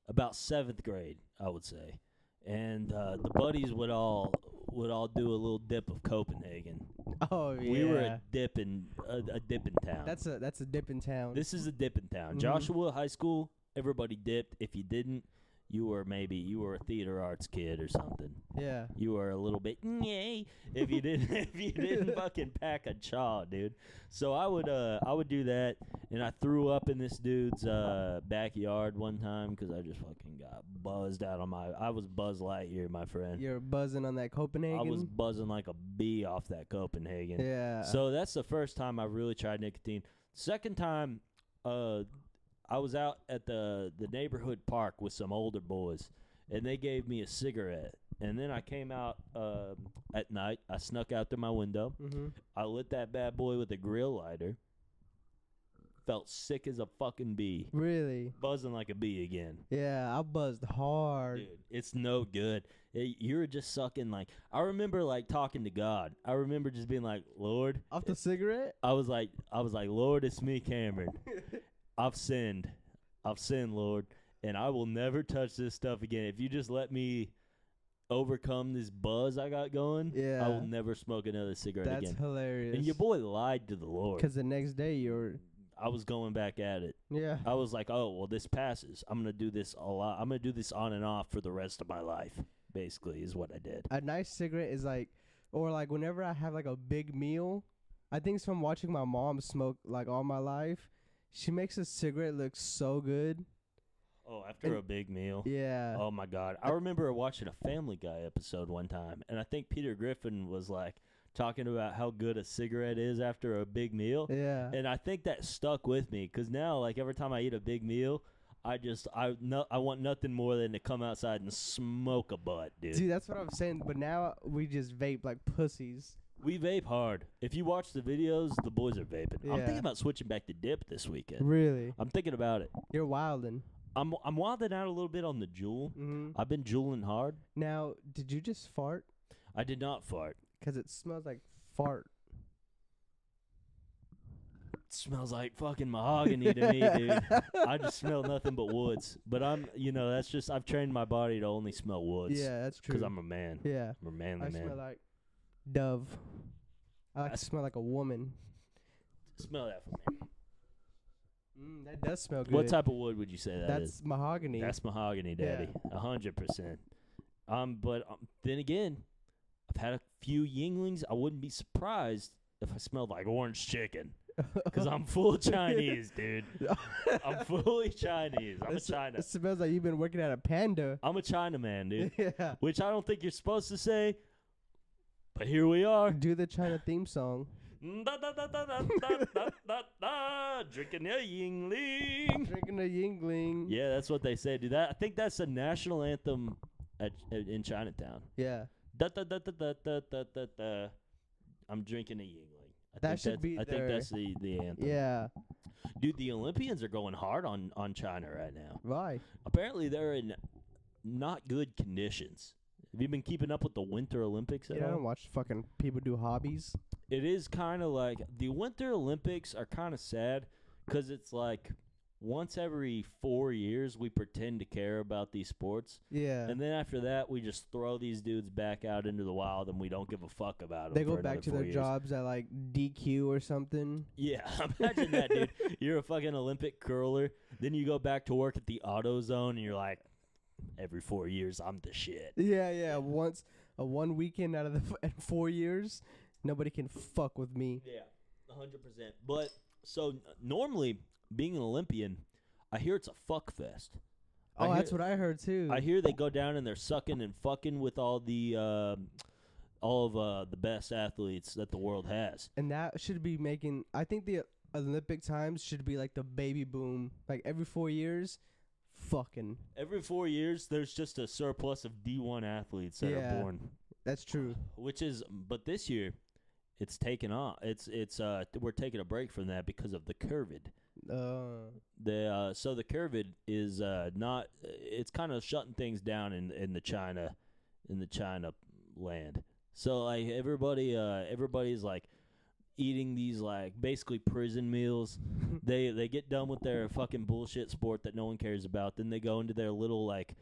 Speaker 1: about seventh grade, I would say, and uh, the buddies would all would all do a little dip of Copenhagen.
Speaker 2: Oh yeah.
Speaker 1: We were a dip in a, a dip in town.
Speaker 2: That's a that's a dip in town.
Speaker 1: this is a dip in town.
Speaker 2: Mhm.
Speaker 1: Joshua High School. Everybody dipped. If you didn't, you were maybe you were a theater arts kid or something.
Speaker 2: yeah.
Speaker 1: You were a little bit yay if you didn't (laughs) if you
Speaker 2: (laughs)
Speaker 1: didn't fucking pack a chaw, dude. So I would uh I would do that, and I threw up in this dude's uh backyard one time because I just fucking got buzzed out on my I was Buzz Lightyear, my friend.
Speaker 2: You're buzzing on that Copenhagen.
Speaker 1: I was buzzing like a bee off that Copenhagen.
Speaker 2: yeah.
Speaker 1: So that's the first time I really tried nicotine. Second time, uh, I was out at the the neighborhood park with some older boys, and they gave me a cigarette. And then I came out uh, at night. I snuck out through my window.
Speaker 2: hmm
Speaker 1: I lit that bad boy with a grill lighter. Felt sick as a fucking bee.
Speaker 2: Really?
Speaker 1: Buzzing like a bee again.
Speaker 2: Yeah, I buzzed hard.
Speaker 1: Dude, it's no good. It- you're just sucking like I remember like talking to God. I remember just being like, "Lord,
Speaker 2: Off the cigarette?
Speaker 1: I was like I was like, "Lord, it's me,
Speaker 2: (laughs)
Speaker 1: Cameron. I've sinned. I've sinned, Lord, and I will never touch this stuff again. If you just let me overcome this buzz I got going, I
Speaker 2: Yeah.
Speaker 1: will never smoke another cigarette
Speaker 2: That's
Speaker 1: again."
Speaker 2: hilarious.
Speaker 1: And your boy lied to the Lord.
Speaker 2: Because the next day you're.
Speaker 1: I was going back at it.
Speaker 2: Yeah.
Speaker 1: I was like, Mm. "Oh, well, this passes. I'm gonna do this a lot. I'm gonna do this on and off for the rest of my life." Basically, is what I did.
Speaker 2: a nice cigarette is like or like whenever I have like a big meal, I think it's from watching my mom smoke like all my life. She makes a cigarette look so good.
Speaker 1: Oh, after
Speaker 2: And-
Speaker 1: a big meal.
Speaker 2: Yeah.
Speaker 1: Oh my god. I remember watching a Family Guy episode one time and I think Peter Griffin was like talking about how good a cigarette is after a big meal.
Speaker 2: Yeah.
Speaker 1: And I think that stuck with me cuz now like every time I eat a big meal, I just I no, I want nothing more than to come outside and smoke a butt, dude.
Speaker 2: See, that's what I'm saying, but now we just vape like pussies.
Speaker 1: We vape hard. If you watch the videos, the boys are vaping. I'm
Speaker 2: Yeah.
Speaker 1: thinking about switching back to dip this weekend.
Speaker 2: Really?
Speaker 1: I'm thinking about it.
Speaker 2: You're wildin'.
Speaker 1: I'm I'm wilding out a little bit on the jewel.
Speaker 2: hmm
Speaker 1: I've been jeweling hard.
Speaker 2: Now, did you just fart?
Speaker 1: I did not fart.
Speaker 2: 'Cause it smells like fart.
Speaker 1: smells like fucking mahogany to me,
Speaker 2: (laughs)
Speaker 1: dude. I just smell nothing but woods. But I'm, you know, that's just I've trained my body to only smell woods.
Speaker 2: Yeah, that's true.
Speaker 1: because I'm a man.
Speaker 2: yeah.
Speaker 1: I'm a manly
Speaker 2: I
Speaker 1: man.
Speaker 2: smell like dove. I like
Speaker 1: I
Speaker 2: to
Speaker 1: s-
Speaker 2: smell like a woman.
Speaker 1: smell that for me.
Speaker 2: Mm, that does smell good.
Speaker 1: What type of wood would you say that
Speaker 2: That's
Speaker 1: is?
Speaker 2: mahogany. (laughs)
Speaker 1: That's mahogany,
Speaker 2: Yeah.
Speaker 1: daddy. A hundred percent. Um, but um, then again, I've had a few Yinglings. I wouldn't be surprised if I smelled like orange chicken because
Speaker 2: (laughs)
Speaker 1: I'm full Chinese, dude. I'm fully Chinese. I'm a
Speaker 2: It's-
Speaker 1: China.
Speaker 2: It smells like you've been working at a panda.
Speaker 1: I'm a China man, dude.
Speaker 2: (laughs) yeah.
Speaker 1: which I don't think you're supposed to say. But here we are,
Speaker 2: Do the China theme song.
Speaker 1: (laughs) Da, da, da, da, da, da, da, da, da, drinking a Yingling.
Speaker 2: Drinking a Yingling.
Speaker 1: Yeah, that's what they say. Do that. I think that's the national anthem at, at- in Chinatown.
Speaker 2: Yeah.
Speaker 1: Da, da, da, da, da, da, da, da, da. I'm drinking a Yingling. I
Speaker 2: That
Speaker 1: think that's-
Speaker 2: should be
Speaker 1: I
Speaker 2: their-
Speaker 1: think that's the, the anthem.
Speaker 2: Yeah.
Speaker 1: Dude, the Olympians are going hard on, on China right now.
Speaker 2: Why?
Speaker 1: Apparently, they're in not good conditions. Have you been keeping up with the Winter Olympics at
Speaker 2: Yeah, I
Speaker 1: all?
Speaker 2: don't watch fucking people do hobbies.
Speaker 1: it is kind of like the Winter Olympics are kind of sad because it's like once every four years we pretend to care about these sports,
Speaker 2: Yeah.
Speaker 1: and then after that we just throw these dudes back out into the wild and we don't give a fuck about them.
Speaker 2: they go back to their jobs at like DQ or something.
Speaker 1: Yeah, (laughs) imagine that, dude.
Speaker 2: (laughs)
Speaker 1: You're a fucking Olympic curler, then you go back to work at the auto zone, and you're like, every four years I'm the shit.
Speaker 2: Yeah, yeah. Once a one weekend out of the f- (laughs) four years, nobody can fuck with me.
Speaker 1: Yeah, hundred percent. But so n- normally being an Olympian, I hear it's a fuck fest. I
Speaker 2: Oh,
Speaker 1: hear-
Speaker 2: that's what I heard too.
Speaker 1: I hear they go down and they're sucking and fucking with all the uh, all of uh, the best athletes that the world has.
Speaker 2: and that should be making. I think the Olympic times should be like the baby boom. Like every four years, fucking.
Speaker 1: Every four years, there's just a surplus of D1 athletes that
Speaker 2: Yeah.
Speaker 1: are born,
Speaker 2: That's true.
Speaker 1: which is but this year, it's taken off. It's it's uh we're taking a break from that because of the COVID.
Speaker 2: Uh,
Speaker 1: The uh, so the COVID is uh not it's kind of shutting things down in in the China in the China land. So like everybody uh everybody's like eating these like basically prison meals. they they get done with their fucking bullshit sport that no one cares about. Then they go into their little like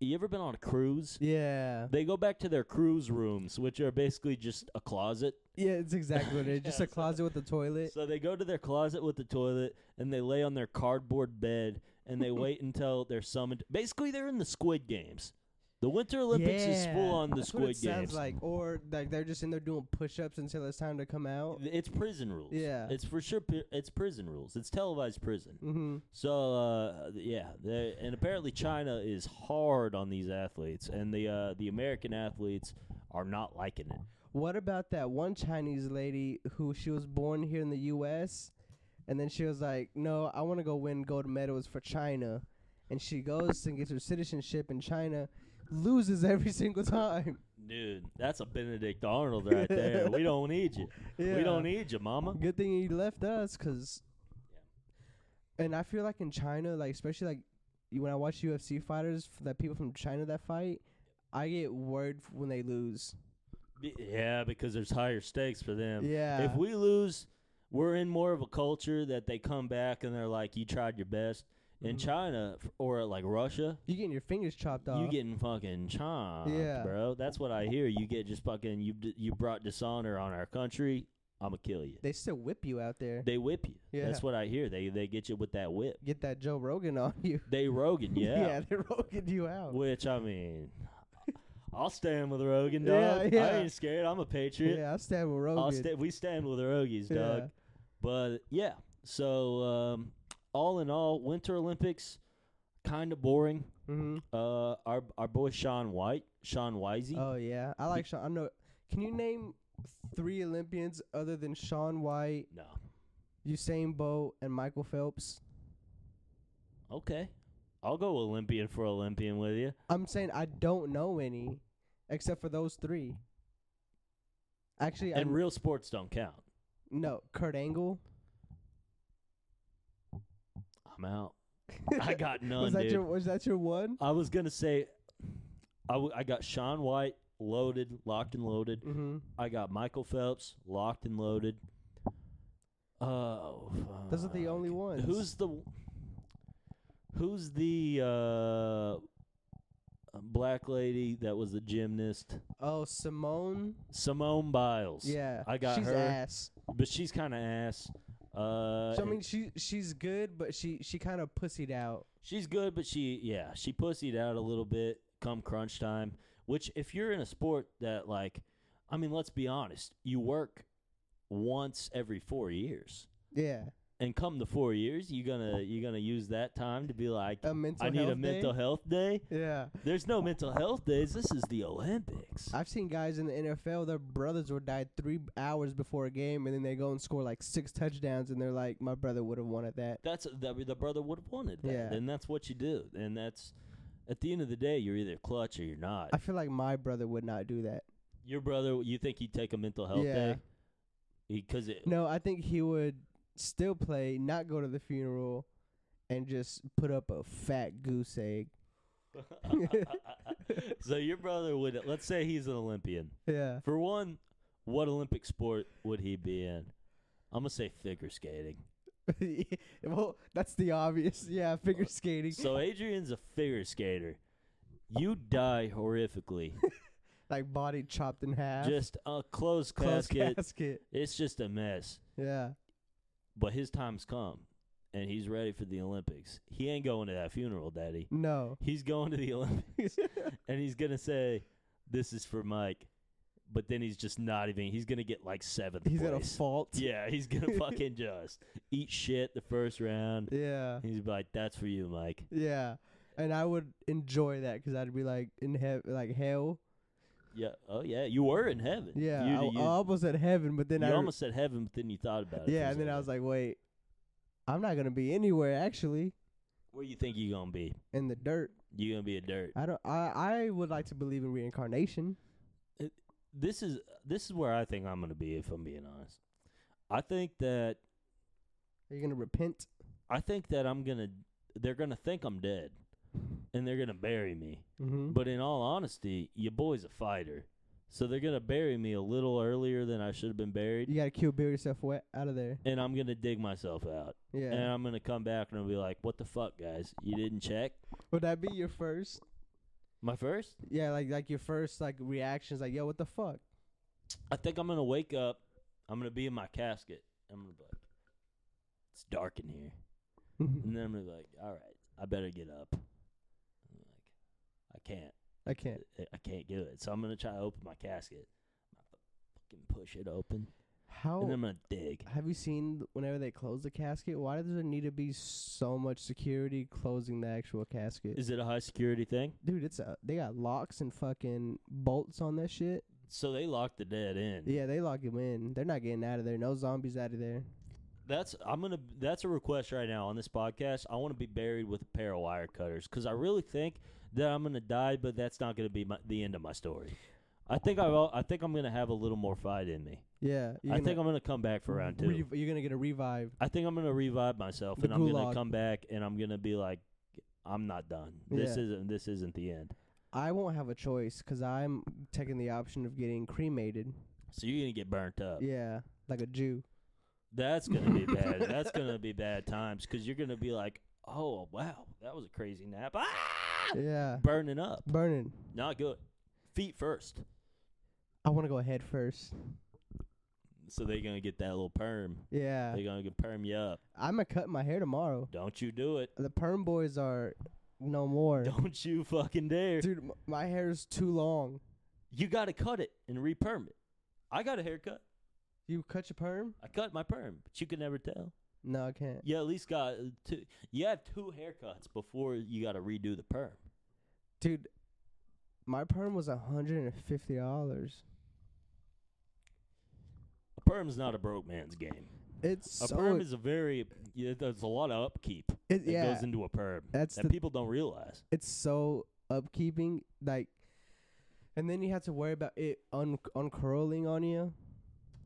Speaker 1: you ever been on a cruise?
Speaker 2: yeah.
Speaker 1: They go back to their cruise rooms, which are basically just a closet.
Speaker 2: Yeah, it's exactly what it is. Just
Speaker 1: (laughs)
Speaker 2: a
Speaker 1: Yeah, so-
Speaker 2: closet with a toilet.
Speaker 1: So they go to their closet with the toilet and they lay on their cardboard bed and they wait until they're summoned. Basically, they're in the Squid Games. The Winter Olympics is full
Speaker 2: Yeah,
Speaker 1: on the
Speaker 2: that's what
Speaker 1: Squid
Speaker 2: it sounds
Speaker 1: Games.
Speaker 2: like. Or like they're just in there doing push-ups until it's time to come out.
Speaker 1: It's prison rules.
Speaker 2: Yeah.
Speaker 1: it's for sure. pi- It's prison rules. It's televised prison.
Speaker 2: Mm-hmm.
Speaker 1: So uh, yeah, they- and apparently China is hard on these athletes, and the uh, the American athletes are not liking it.
Speaker 2: What about that one Chinese lady who she was born here in the U.S. and then she was like, "No, I want to go win gold medals for China," and she goes and gets her citizenship in China, loses every (laughs) single time.
Speaker 1: Dude, that's a Benedict Arnold right
Speaker 2: (laughs)
Speaker 1: there. we don't e-, need you.
Speaker 2: Yeah.
Speaker 1: We don't need you, Mama.
Speaker 2: Good thing you left us, cause and I feel like in China, like especially like you- when I watch UFC fighters, f- that people from China that fight, I get worried f- when they lose.
Speaker 1: B- Yeah, because there's higher stakes for them.
Speaker 2: yeah,
Speaker 1: If we lose, we're in more of a culture that they come back and they're like, "You tried your best." In
Speaker 2: Mhm.
Speaker 1: China f- or like Russia,
Speaker 2: you getting your fingers chopped off.
Speaker 1: you getting fucking chomped,
Speaker 2: Yeah.
Speaker 1: bro. That's what I hear. You get just fucking you. d- You brought dishonor on our country. I'ma kill you.
Speaker 2: they still whip you out there.
Speaker 1: They whip you.
Speaker 2: Yeah.
Speaker 1: That's what I hear. They they get you with that whip.
Speaker 2: Get that Joe Rogan on you. (laughs)
Speaker 1: They Rogan, yeah.
Speaker 2: they Rogan you out.
Speaker 1: Which I mean, (laughs) I'll stand with Rogan,
Speaker 2: Yeah,
Speaker 1: dog. I
Speaker 2: yeah.
Speaker 1: ain't scared. I'm a patriot.
Speaker 2: yeah, I stand with Rogan.
Speaker 1: I'll sta- we stand with the Rogies, dog.
Speaker 2: Yeah.
Speaker 1: But yeah, so um, all in all, Winter Olympics kind of boring.
Speaker 2: hmm
Speaker 1: Uh, our our boy Sean White, Sean Wisey.
Speaker 2: Oh yeah, I like Sean. I know. Can you name three Olympians other than Sean White,
Speaker 1: no,
Speaker 2: Usain Bolt, and Michael Phelps?
Speaker 1: okay, I'll go Olympian for Olympian with you.
Speaker 2: I'm saying I don't know any, except for those three. Actually, I
Speaker 1: And real sports don't count.
Speaker 2: no Kurt Angle.
Speaker 1: I'm
Speaker 2: (laughs)
Speaker 1: out. I got none,
Speaker 2: was that
Speaker 1: dude.
Speaker 2: your was that your one?
Speaker 1: I was gonna say, I, w- I got Sean White loaded, locked and loaded.
Speaker 2: Mm-hmm.
Speaker 1: I got Michael Phelps locked and loaded. Oh,
Speaker 2: Those are the
Speaker 1: fuck.
Speaker 2: only ones.
Speaker 1: Who's the Who's the uh, black lady that was the gymnast?
Speaker 2: Oh Simone.
Speaker 1: Simone Biles.
Speaker 2: Yeah,
Speaker 1: I got
Speaker 2: she's
Speaker 1: her.
Speaker 2: ass.
Speaker 1: but she's kind of ass. Uh,
Speaker 2: So, I
Speaker 1: and
Speaker 2: mean, she she's good, but she she kind of pussied out.
Speaker 1: she's good, but she yeah, she pussied out a little bit come crunch time. Which, if you're in a sport that like, I mean, let's be honest, you work once every four years.
Speaker 2: Yeah,
Speaker 1: and come the four years, you gonna you gonna use that time to be like,
Speaker 2: a Uh, mental.
Speaker 1: I need a
Speaker 2: health day?
Speaker 1: mental health day.
Speaker 2: Yeah,
Speaker 1: There's no mental health days. This is the Olympics.
Speaker 2: I've seen guys in the NFL. Their brothers were died three hours before a game, and then they go and score like six touchdowns, and they're like, "My brother would have wanted that."
Speaker 1: that's that the brother would have wanted that,
Speaker 2: Yeah.
Speaker 1: and that's what you do. And that's at the end of the day, you're either clutch or you're not.
Speaker 2: I feel like my brother would not do that.
Speaker 1: Your brother, you think he'd take a mental health
Speaker 2: Yeah.
Speaker 1: day because it.
Speaker 2: No, I think he would still play, not go to the funeral, and just put up a fat goose egg.
Speaker 1: (laughs) so your brother would. Let's say he's an Olympian.
Speaker 2: Yeah. (laughs)
Speaker 1: For one, what Olympic sport would he be in? I'm gonna say figure skating.
Speaker 2: well, that's the obvious. Yeah, figure skating.
Speaker 1: Uh, So Adrian's a figure skater. You die horrifically.
Speaker 2: like body chopped in half.
Speaker 1: just a closed
Speaker 2: closed
Speaker 1: casket.
Speaker 2: casket.
Speaker 1: It's just a mess.
Speaker 2: Yeah.
Speaker 1: But his time's come, and he's ready for the Olympics. He ain't going to that funeral, Daddy.
Speaker 2: No. (laughs)
Speaker 1: He's going to the Olympics, (laughs) and he's gonna say, "This is for Mike." But then he's just not even. He's gonna get like seventh
Speaker 2: He's
Speaker 1: place.
Speaker 2: at a fault.
Speaker 1: Yeah, he's
Speaker 2: (laughs)
Speaker 1: gonna fucking just eat shit the first round.
Speaker 2: Yeah.
Speaker 1: He's like, "That's for you, Mike."
Speaker 2: Yeah. And I would enjoy that because I'd be like in heaven, like hell.
Speaker 1: Yeah. Oh yeah, you were in heaven.
Speaker 2: Yeah,
Speaker 1: You-
Speaker 2: I,
Speaker 1: you-
Speaker 2: I almost said heaven, but then
Speaker 1: you
Speaker 2: I
Speaker 1: almost said heaven, but then you thought about it.
Speaker 2: yeah, and then I was like, wait, I'm not gonna be anywhere actually
Speaker 1: "Where you think you gonna be?
Speaker 2: in the dirt.
Speaker 1: You gonna be a dirt?"
Speaker 2: I don't. I I would like to believe in reincarnation.
Speaker 1: This is this is where I think I'm gonna be. If I'm being honest, I think that
Speaker 2: Are you gonna repent?
Speaker 1: I think that I'm gonna. They're gonna think I'm dead, and they're gonna bury me.
Speaker 2: Mm-hmm.
Speaker 1: But in all honesty, your boy's a fighter, so they're gonna bury me a little earlier than I should have been buried,
Speaker 2: you gotta kill Bill yourself wet out of there.
Speaker 1: and I'm gonna dig myself out,
Speaker 2: Yeah.
Speaker 1: and I'm gonna come back and I'll be like, "What the fuck, guys? You didn't check
Speaker 2: would that be your first?
Speaker 1: my first?
Speaker 2: Yeah, like like your first like reactions, like yo, what the fuck?
Speaker 1: (laughs) I think I'm gonna wake up. I'm gonna be in my casket. I'm gonna be like, it's dark in here, and then I'm gonna be like, all right, I better get up. I'm like, I can't,
Speaker 2: I can't.
Speaker 1: I, I can't do it. So I'm gonna try to open my casket. I'm gonna fucking push it open,
Speaker 2: How
Speaker 1: and then I'm gonna dig.
Speaker 2: Have you seen whenever they close the casket? Why does there need to be so much security closing the actual casket?
Speaker 1: Is it a high security thing?
Speaker 2: Dude, it's a, they got locks and fucking bolts on that shit.
Speaker 1: So they lock the dead in.
Speaker 2: Yeah, they lock them in. They're not getting out of there. No zombies out of there.
Speaker 1: That's I'm gonna. That's a request right now on this podcast. I want to be buried with a pair of wire cutters because I really think that I'm gonna die, but that's not gonna be my, the end of my story. I think I will, I think I'm gonna have a little more fight in me.
Speaker 2: Yeah.
Speaker 1: I think I'm gonna come back for round two.
Speaker 2: Rev- you're gonna get a revive.
Speaker 1: I think I'm gonna revive myself,
Speaker 2: The
Speaker 1: and I'm
Speaker 2: gulag.
Speaker 1: gonna come back, and I'm gonna be like, I'm not done. This
Speaker 2: Yeah.
Speaker 1: isn't this isn't the end.
Speaker 2: I won't have a choice because I'm taking the option of getting cremated.
Speaker 1: So you're gonna get burnt up.
Speaker 2: Yeah, like a Jew.
Speaker 1: That's gonna be
Speaker 2: (laughs)
Speaker 1: bad. That's gonna be bad times because you're gonna be like, oh wow, that was a crazy nap. Ah!
Speaker 2: Yeah,
Speaker 1: Burning up,
Speaker 2: burning.
Speaker 1: not good. Feet first.
Speaker 2: I want to go head first.
Speaker 1: So they're gonna get that little perm.
Speaker 2: Yeah,
Speaker 1: They're gonna get perm you up.
Speaker 2: I'm gonna cut my hair tomorrow.
Speaker 1: Don't you do it.
Speaker 2: The perm boys are no more.
Speaker 1: Don't you fucking dare.
Speaker 2: Dude, m- my hair is too long.
Speaker 1: You gotta cut it and reperm it. I got a haircut.
Speaker 2: You cut your perm?
Speaker 1: I cut my perm, but you could never tell.
Speaker 2: No, I can't.
Speaker 1: You at least got uh, two. You have two haircuts before you got to redo the perm.
Speaker 2: Dude, my perm was a hundred and fifty dollars.
Speaker 1: A perm's not a broke man's game.
Speaker 2: It's
Speaker 1: A
Speaker 2: so
Speaker 1: perm is a very yeah, there's a lot of upkeep
Speaker 2: it,
Speaker 1: that
Speaker 2: yeah.
Speaker 1: goes into a perm
Speaker 2: that's
Speaker 1: that
Speaker 2: the
Speaker 1: people don't realize.
Speaker 2: it's so upkeeping like and then you have to worry about it un- uncurling on you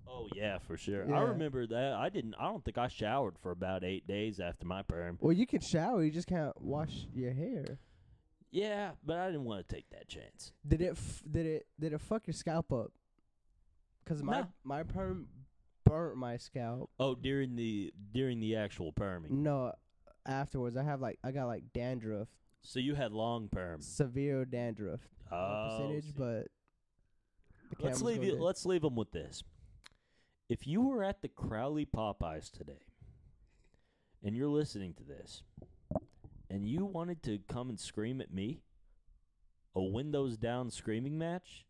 Speaker 1: Oh yeah, for sure. I
Speaker 2: Yeah.
Speaker 1: remember that. I didn't. I don't think I showered for about eight days after my perm.
Speaker 2: well you can shower you just can't wash your hair
Speaker 1: Yeah, but I didn't want to take that chance.
Speaker 2: did it f- did it did it fuck your scalp up because my
Speaker 1: No.
Speaker 2: my perm burnt my scalp
Speaker 1: Oh, during the during the actual perming.
Speaker 2: no afterwards i have like i got like dandruff
Speaker 1: So you had long perm.
Speaker 2: severe dandruff
Speaker 1: Oh,
Speaker 2: uh, percentage
Speaker 1: see.
Speaker 2: but the
Speaker 1: let's
Speaker 2: cameras
Speaker 1: leave
Speaker 2: go
Speaker 1: you.
Speaker 2: dead.
Speaker 1: Let's leave them with this. If you were at the Crowley Popeyes today, and you're listening to this, and you wanted to come and scream at me, a windows down screaming match.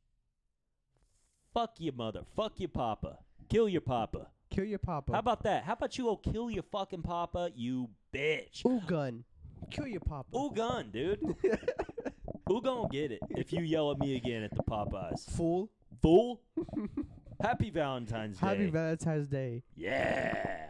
Speaker 1: Fuck your mother. Fuck your papa. Kill your papa.
Speaker 2: kill your papa
Speaker 1: How about that? How about you go kill your fucking papa, you bitch?
Speaker 2: ooh gun kill your papa
Speaker 1: Who gun, dude? Who gonna get it if you yell at me again at the Popeyes?
Speaker 2: (laughs) fool
Speaker 1: Fool. Happy Valentine's Day.
Speaker 2: happy valentine's day
Speaker 1: yeah.